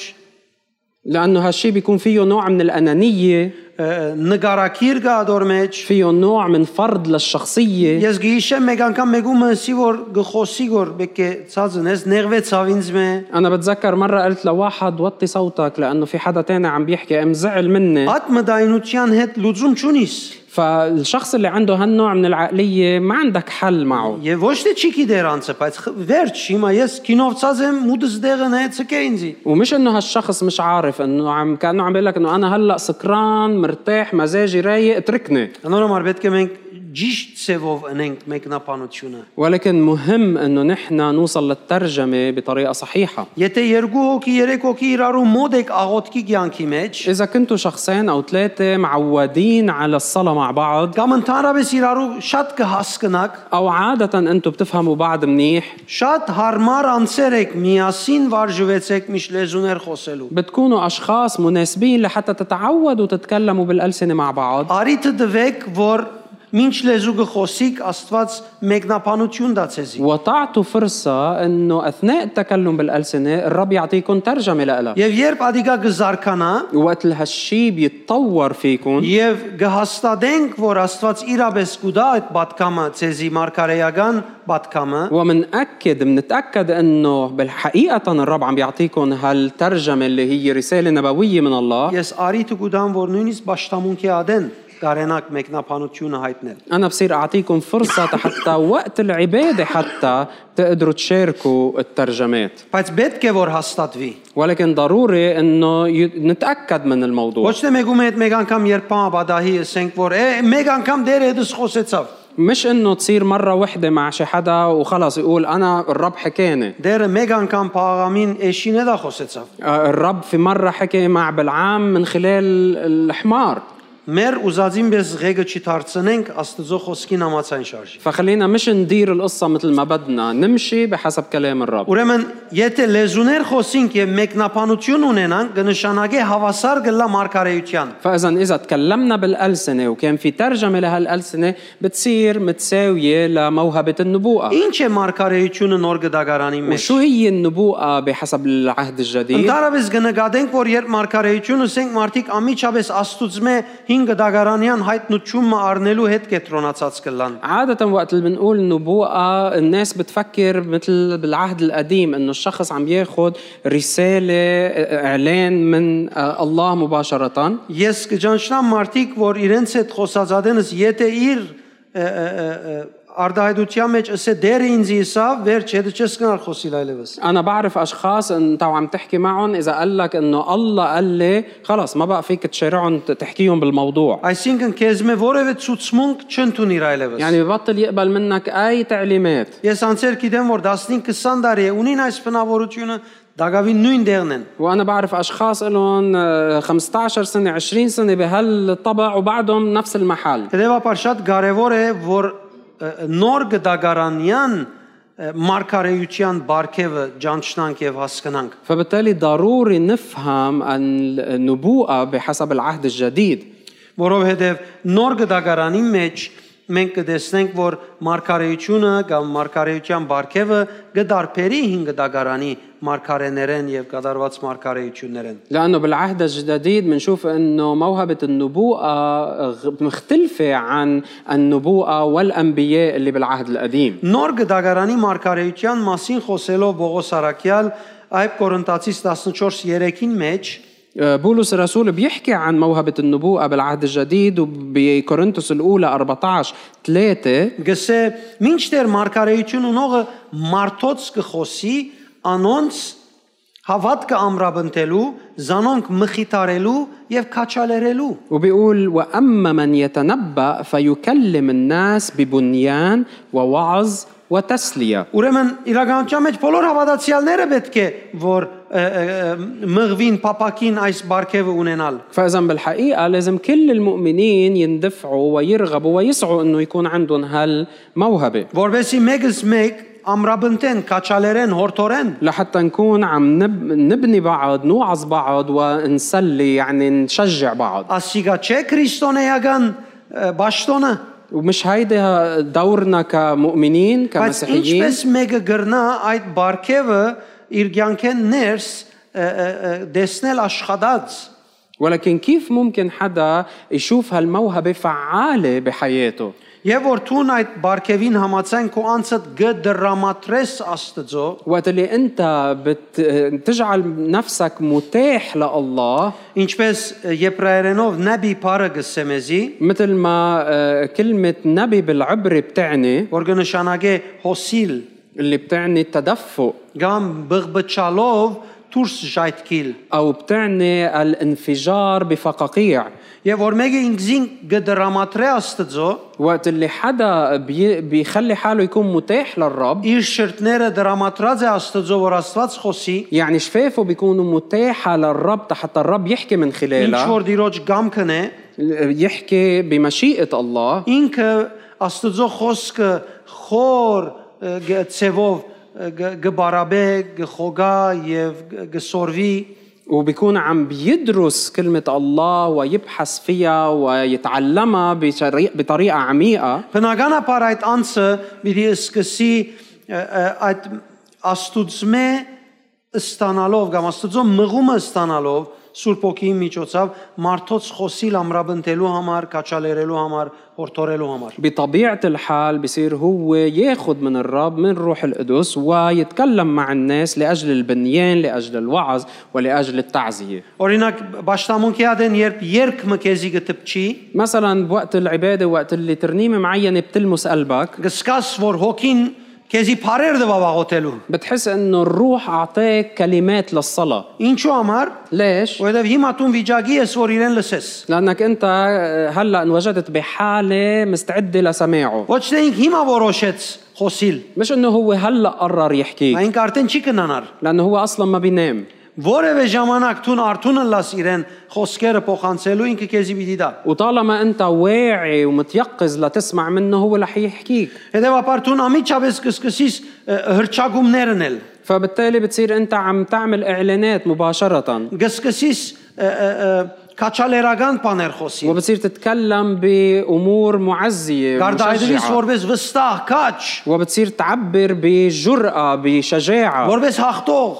لانه هالشي بيكون فيه نوع من الانانيه ը, նկարակիր կա դոր մեջ։ فيه نوع من فرض للشخصيه Ես գիշեմ մեկ անգամ մեկումը ասի որ գխոսի որ պետք է ցածնես, նեղվեցավ ինձ մե։ انا بتذكر مره قلت لواحد وطي صوتك لانه في حدا تاني عم بيحكي ام زعل مني Ատմդայնության հետ լուծում չունիս։ فالشخص اللي عنده هالنوع من العقلية ما عندك حل معه Եվ ոչ թե չի գիտեր անցը, բայց խ- վերջ, հիմա ես կինով ցած եմ, մուտս դեղը նայեցեք ինձի։ ومش انه هالشخص مش عارف انه عم كانه عم بيقول لك انه انا هلا سكران مرتاح مزاجي رايق اتركني Անորոմար պետք է մենք ճիշտ ցևով ընենք մեկնաբանությունը։ ولكن مهم انه نحن نوصل للترجمة بطريقة صحيحة Եթե երկու հոգի, երեք հոգի իրարու մոտ եք աղոտքի կյանքի մեջ, إذا كنتوا شخصين أو ثلاثة معودين على الصلاة مع بعض կամ ընդհանրապես իրարու շատ կհասկնակ, أو عادة أنتوا بتفهموا بعض منيح շատ հարմար անձեր եք միասին վարժվեցեք միջ լեզուներ խոսելու։ بتكونوا أشخاص مناسبين لحتى تتعودوا تتكلموا بالألسنة مع بعض Արիթը դվեք, որ մինչ լեզու գխոսիկ Աստված մեկնաբանություն դա ցեզի։ وتعطوا فرصة أنه أثناء التكلم بالألسنة الرب يعطيكم ترجمة لها Եվ երբ ադիկա գզարքանա, وقت هالشي بيتطور فيكم Եվ գհաստատենք, որ Աստված իրապես կուտա այդ պատկամը, ցեզի մարգարեական պատկամը, ومنأكد منتأكد أنه بالحقيقة الرب عم بيعطيكم هالترجمة اللي هي رسالة نبوية من الله ես արիթ կուտամ, որ նույնիսկ աշտամունքի ադեն կարենակ մեկնաբանությունը հայտնել։ أنا بصير أعطيكم فرصة حتى وقت العبادة حتى تقدروا تشاركوا الترجمات Բայց պետք է որ հաստատվի։ ولكن ضروري أنه ي- نتأكد من الموضوع Ոչ թե մեկում հետ մեկ անգամ երբ բամաբադահի ասենք, որ «Է, մեկ անգամ դեր հետս խոսեցավ։ مش أنه تصير مرة واحدة مع شي حدا وخلص يقول أنا الرب حكاني Դերը մեկ անգամ փաղամին էշին է դա խոսեցավ։ آه، الرب في مرة حكي مع بلعام من خلال الحمار Մեր ուզածին ես ղեկը չդարձնենք Աստծո խոսքին համացան շարժի։ فخلينا مش ندير القصة مثل ما بدنا نمشي بحسب كلام الرب Ուրեմն, եթե լեզուներ խոսենք եւ մեկնաբանություն ունենանք, կնշանակե հավասար գլա մարգարեության։ فإذا إذا تكلمنا بالألسنة وكان في ترجمة لهالألسنة بتصير متساوية لموهبة النبوءة Ինչ է մարգարեությունը նոր գդագարանի մեջ։ وشو هي النبوءة بحسب العهد الجديد؟ Ընդառաջ կնկատենք, որ երբ մարգարեությունը ասենք մարդիկ ամիջապես աստուծմե 5 դագարանյան հայտնությունը առնելու հետ կետրոնացած կլան։ عادة وقت اللي بنقول نبوءة الناس بتفكر مثل بالعهد القديم انه الشخص عم ياخد رسالة اعلان من آه، الله مباشرة Ես կճանչնամ մարդիկ, որ իրենց հետ խոսածածանս եթե իր ը, ը, ը, ը, արդահայտության մեջ ասե դերը ինձ իսավ, վերջ հետը չես կարող խոսիլ այլևս։ انا بعرف اشخاص انت وعم تحكي معهم اذا قال لك انه الله قال لي خلص ما بقى فيك تشارعهم تحكيهم بالموضوع Այսինքն քեզ մե որևէ ցուցմունք չընդունիր այլևս։ يعني ببطل يقبل منك اي تعليمات Ես անցել գիտեմ, որ 15-20 տարի է ունին այս բնավորությունը, դակավին նույն դերն են։ وانا بعرف آه، اشخاص لهم 15 سنه 20 سنه بهالطبع وبعدهم نفس المحل Հետևաբար շատ կարևոր է, որ ը, նոր գդագարանյան մարգարեյության բարգևը ճանչնանք եւ հասկանանք։ فبالتالي ضروري نفهم أن النبوءة بحسب العهد الجديد Որովհետև նոր գդագարանի մեջ մենք կտեսնենք, որ մարգարեությունը կամ մարգարեության բարգևը գդարբերի 5 գդագարանի մարգարեներեն եւ կատարված մարգարեություններեն։ لأنه بالعهد الجديد بنشوف أنه موهبة النبوءة غ- مختلفة عن النبوءة والأنبياء اللي بالعهد القديم Նոր գդագարանի մարգարեության մասին խոսելով Բողոս Արաքյալ այբ Կորինթացիս 14:3-ին մեջ آه، بولس الرسول بيحكي عن موهبة النبوءة بالعهد الجديد وبكورنثوس الأولى 14 3 գսե մինչդեռ մարգարեություն ունողը մարդոց կխոսի անոնց հավատքը ամրապնդելու, զանոնք մխիթարելու եւ քաչալերելու։ وبيقول واما من يتنبا فيكلم الناس ببنيان ووعظ وتسليه Ուրեմն իրականության մեջ բոլոր հավատացյալները պետք է որ ը, ը, ը, մղվին papakին այս բարգևը ունենալ։ فاذا بالحقيقه لازم كل المؤمنين يندفعوا ويرغبوا ويسعوا انه يكون عندهم هالموهبه Որբեսի մեկս մեկ ամրապնդեն, կաչալերեն, հորթորեն։ لحتى نكون عم نب- نبني بعض نوعظ بعض ونسلي يعني نشجع بعض Ասիգա չէ քրիստոնեական ը, ճշտոնը, ومش هيدا دورنا كمؤمنين բայց كمسيحيين ինչպես մեկը գրնա այդ բարգևը իր ցանկեն ներս ը, ը, ը, դեսնել աշխատած։ ولكن كيف ممكن حدا يشوف هالموهبه فعاله بحياته Եվ որ ցուն այդ բարգևին համացան քո անցդ գդրամատրես Աստծո, وقت اللي انت بت... تجعل نفسك متاح لله ինչպես ը, եբրայերենով նաբի բարը գսեմեզի, مثل ما آه، كلمة نبي بالعبري بتعني որ կնշանակե հոսիլ اللي بتعني التدفق կամ բղբճալով դուրս ժայթքիլ أو بتعني الانفجار بفقاقيع եւ որ մեկը ինքզին գդրամատրե աստծո وقت اللي حدا بي... بيخلي حاله يكون متاح للرب իր շրտները դրամատրած է աստծո որ աստված խոսի يعني شفافه بيكونوا متاحة للرب حتى الرب يحكي من ինչ خلالها որ դիրոջ գամքն է يحكي بمشيئة الله ինքը աստծո խոսքը խոր ը, գ- ցևով ը, գ- գբարաբե գխոգա եւ գ- գսորվի وبيكون عم بيدرس كلمة الله ويبحث فيها ويتعلمها بطريقة, بطريقة عميقة Բնականաբար այդ անձը պիտի սկսի ը, ը, այդ աստուծմե ստանալով կամ աստծո մղումը ստանալով Սուրբ ոգիի միջոցով մարդոց խոսիլ ամրապնդելու համար, կաչալերելու համար, հորթորելու համար։ بطبيعة الحال بصير هو ياخد من الرب من روح القدس ويتكلم مع الناس لأجل البنيان لأجل الوعظ ولأجل التعزية Օրինակ, աշտամունքի ադեն երբ երկ մկեզի գտպչի, مثلا بوقت العبادة وقت اللي ترنيمة معينة بتلمس قلبك գսկաս որ հոգին քեզի բարեր դվա վաղոթելու։ بتحس انه الروح اعطاك كلمات للصلاة Ինչու համար, ليش؟ որովհետև հիմա տուն վիճակի ես, որ իրեն լսես։ لأنك أنت آه، هلأ انوجدت بحالة مستعدة لسماعه Ոչ թե ինք հիմա որոշեց խոսիլ, مش انه هو هلا قرر يحكيك այնք արդեն չի կնանար։ لانه هو اصلا ما بينام Որևէ ժամանակ ցուն արթունը լաս իրեն խոսքերը փոխանցելու ինքը քեզի պիտի դա։ وطالما انت واعي ومتيقظ لتسمع منه هو رح يحكيك Հետևաբար ցուն ամիջապես կսկսիս ը, հրճագումներն էլ, فبالتالي بتصير انت عم تعمل اعلانات مباشره կսկսիս ը, ը, ը, քաչալերական բաներ խոսի։ وبتصير تتكلم بامور معزيه Կարդայդրից مشجعة. որպես վստահ քաչ, وبتصير تعبر بجرأة بشجاعة որպես հաղթող։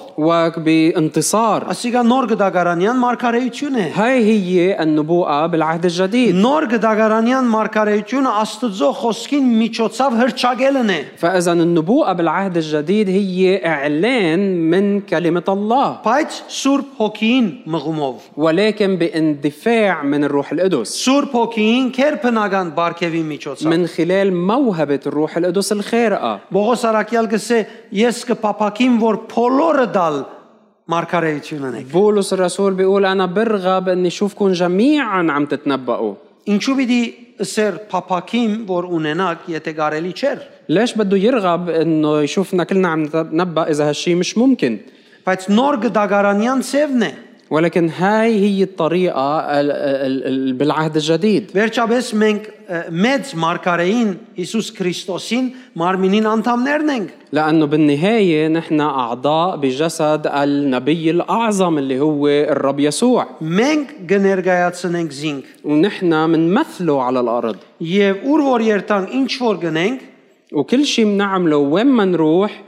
وبانتصار Ասիկա նոր գդագարանյան մարգարեություն է։ هاي هي النبوءة بالعهد الجديد Նոր գդագարանյան մարգարեությունը Աստծո խոսքին միջոցով հրճագելն է։ فإذا النبوءة بالعهد الجديد هي إعلان من كلمة الله Բայց Սուրբ Հոգին մղումով։ ولكن باندفاع من الروح القدس Սուրբ Հոգին քեր բնական բարգեւի միջոցով։ من خلال موهبة الروح القدس الخارقة Բողոս Արաքյալ գսե ես կփապակիմ որ փոլորը դալ մարգարեությունն է։ بولس الرسول بيقول أنا برغب أني أشوفكم جميعا عم تتنبؤوا Ինչու պիտի սեր փապակիմ որ ունենակ, եթե կարելի չէր։ ليش بده يرغب انه يشوفنا كلنا عم نتنبأ اذا هالشي مش ممكن Բայց նոր գդագարանյան ծևն է։ ولكن هاي هي الطريقة ال- ال- ال- بالعهد الجديد Վերջապես մենք ը, մեծ մարգարեին Հիսուս Քրիստոսին մարմինին անդամներն ենք։ لأنه بالنهاية نحن أعضاء بجسد النبي الأعظم اللي هو الرب يسوع Մենք կներկայացնենք զինք ونحن منمثله على الأرض եւ ուր որ երթանք ինչ որ գնենք وكل شيء بنعمله وين ما نروح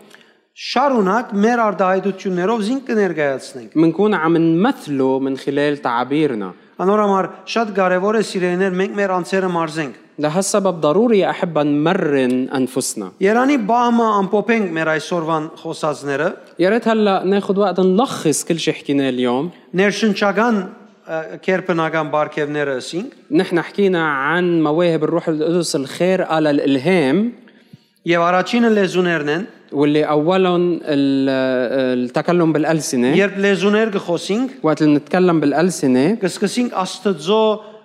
շարունակ մեր արդահայտություններով զինք կներկայացնենք։ بنكون عم نمثله من خلال تعابيرنا Անոր համար շատ կարեւոր է սիրելիներ մենք մեր անձերը մարզենք։ لهالسبب ضروري يا أحبة نمرن أنفسنا Երանի բահմը ամփոփենք մեր այսօրվան խոսածները يا ريت هلا ناخذ وقت نلخص كل شيء حكيناه اليوم ներշնչական ը, կերպնական բարգևները ասինք نحن حكينا عن مواهب الروح القدس الخارقة للإلهام եւ առաջինը լեզուներն են واللي أولهم ال- التكلم بالألسنة երբ լեզուներ կխոսենք وقت اللي نتكلم بالألسنة կսկսենք աստծո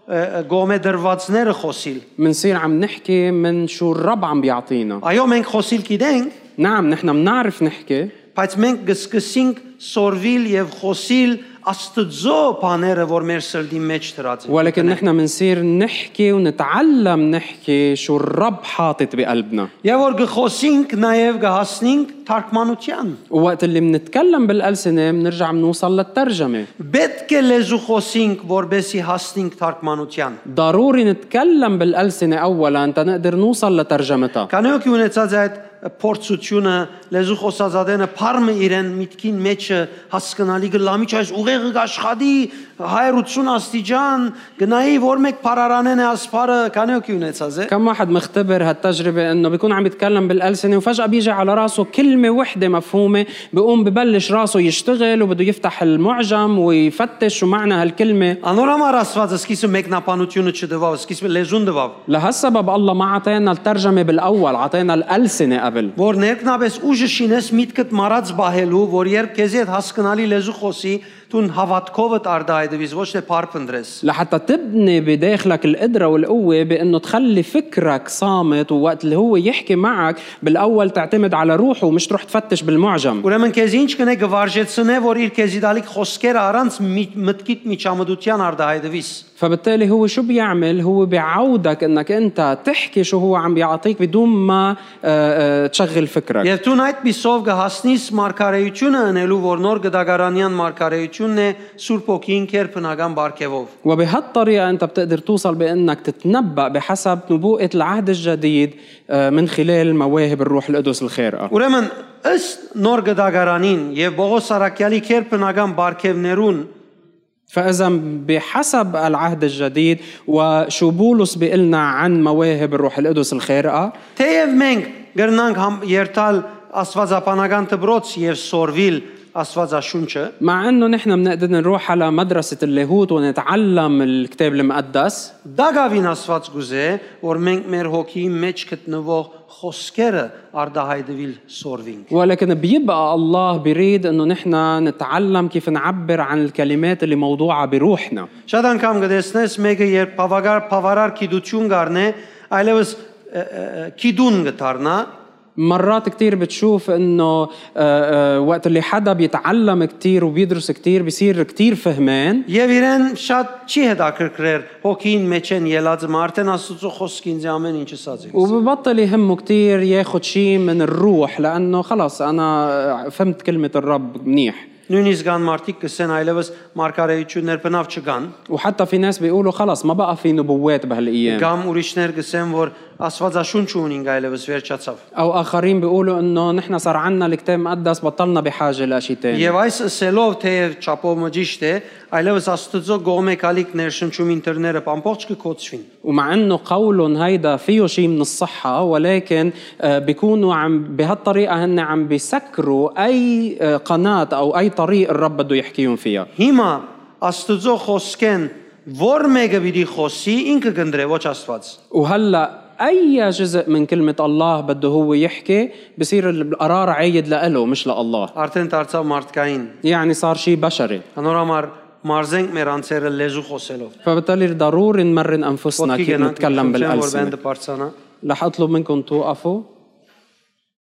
ը, ը, գոմե դրվածները խոսիլ منصير عم نحكي من شو الرب عم بيعطينا այո մենք խոսիլ գիտենք نعم نحن بنعرف نحكي բայց մենք կսկսենք սորվիլ եւ խոսիլ աստծո բաները որ մեր սրդի մեջ դրած են ولكن نحن منصير نحكي ونتعلم نحكي شو الرب حاطط بقلبنا եւ որ կխոսենք նաեւ կհասնենք թարգմանության ووقت اللي منتكلم بالألسنة منرجع منوصل للترجمة Պետք է լեզու խոսենք, որբեսի հասնենք թարգմանության։ ضروري نتكلم بالألسنة أولا تنقدر نوصل لترجمتها Կանոյք ունեցած այդ փորձությունը լեզու խոսածածանը փարմը իրեն միտքին մեջը հասկանալի գլամիչ այս ուղեղը աշխատի 180 աստիճան գնայի որ մեկ փարարանեն է ասփարը կանոյք ունեցած է كم واحد مختبر هالتجربة انه بيكون عم يتكلم بالألسنة وفجأة بيجي على راسه كلمة وحدة مفهومة بيقوم ببلش راسه يشتغل وبده يفتح المعجم ويفتش شو معنى هالكلمة Անորամար ասված սկիզբը մեկնաբանությունը չդվավ սկիզբը լեզուն դվավ لهالسبب الله ما عطينا الترجمة بالأول عطينا الألسنة قبل որ ներքնաբես ուժը շինես միտքդ մարած բահելու որ երբ քեզի այդ հասկանալի լեզու խոսի դուն հավատքովդ արդայդվիս ոչ թե փարփնդրես لحتى تبني بداخلك القدرة والقوة بأنه تخلي فكرك صامت ووقت اللي هو يحكي معك بالأول تعتمد على روحه ومش تروح تفتش بالمعجم Ուրեմն քեզ ինչ կնե գվարժեցնե, որ իր քեզի դալիք խոսքերը առանց մի- մտքիդ միջամտության արդահայտվիս։ فبالتالي هو شو بيعمل هو بيعودك انك انت تحكي شو هو عم بيعطيك بدون ما آه، آه، تشغل فكرك Եվ դու այդ պիսով կհասնես մարգարեությունը անելու, որ նոր գդագարանյան մարգարեությունն է Սուրբ Օքին քերբնական բարգևով։ وبهالطريقة أنت بتقدر توصل بأنك تتنبأ بحسب نبوءة العهد الجديد آه، من خلال مواهب الروح القدس الخارقة Ուրեմն ըստ նոր գդագարանին եւ Բողոս Արաքյալի քերբնական բարգևներուն فإذا بحسب العهد الجديد وشو بولس بيقلنا عن مواهب الروح القدس الخارقة թեև մենք գրնանք համ երթալ աստվածապանական դբրոց եւ սորվիլ աստվածաշունչը, مع أنه نحن بنقدر نروح على مدرسة اللاهوت ونتعلم الكتاب المقدس Դա գավին ասված գուզե, որ մենք մեր հոգի մեջ գտնվող խոսքերը արդահայտվիլ սորվինք։ ولكن بيبقى الله بيريد انه نحن نتعلم كيف نعبر عن الكلمات اللي موضوعة بروحنا Շատ անգամ գտեսնես մեկը երբ բավարար բավարար քիդություն գարնե, այլևս ը, ը, ը, քիդուն գտարնա, مرات كتير بتشوف انه آه، آه، وقت اللي حدا بيتعلم كتير وبيدرس كتير بيصير كتير فهمان եւ իրեն շատ չի հետաքրքրեր հոգին մեջ են ելած մարդեն աստծո խոսքին ձե ամեն ինչ ասած է։ وببطل يهمه كتير ياخد شيء من الروح لانه خلص انا فهمت كلمة الرب منيح նույնիսկ ան մարդիկ կսեն այլևս մարգարեություններ բնավ չգան وحتى في ناس بيقولوا خلص ما بقى في نبوات بهالايام կամ ուրիշներ կսեն որ աստվածաշունչ ունին այլևս վերջացավ او اخرين بيقولوا انه نحن صار عنا الكتاب المقدس بطلنا بحاجه لشيء ثاني Եվ այս սելով թեև չափով մջիշտ է, այլևս Աստծո գողմե կալիք ներշնչում ինտերները ամբողջ կկոչվին։ ومع انه قولهم هيدا فيه شيء من الصحه ولكن آه، بيكونوا عم بهالطريقه هن عم بيسكروا اي آه، قناه او اي طريق الرب بده يحكيهم فيها Հիմա Աստծո խոսքեն որ մեկը պիտի խոսի, ինքը կնդրե ոչ Աստված։ وهلا اي جزء من كلمه الله بده هو يحكي بصير القرار عايد لإله مش لله Արդեն դարձավ մարդկային։ يعني صار شيء بشري Անորոմար մարզենք մեր անձերը լեզու խոսելով։ فبالتالي ضروري نمرن انفسنا كيف نتكلم որ بالالسنه բանդը բարձանա։ رح اطلب منكم توقفوا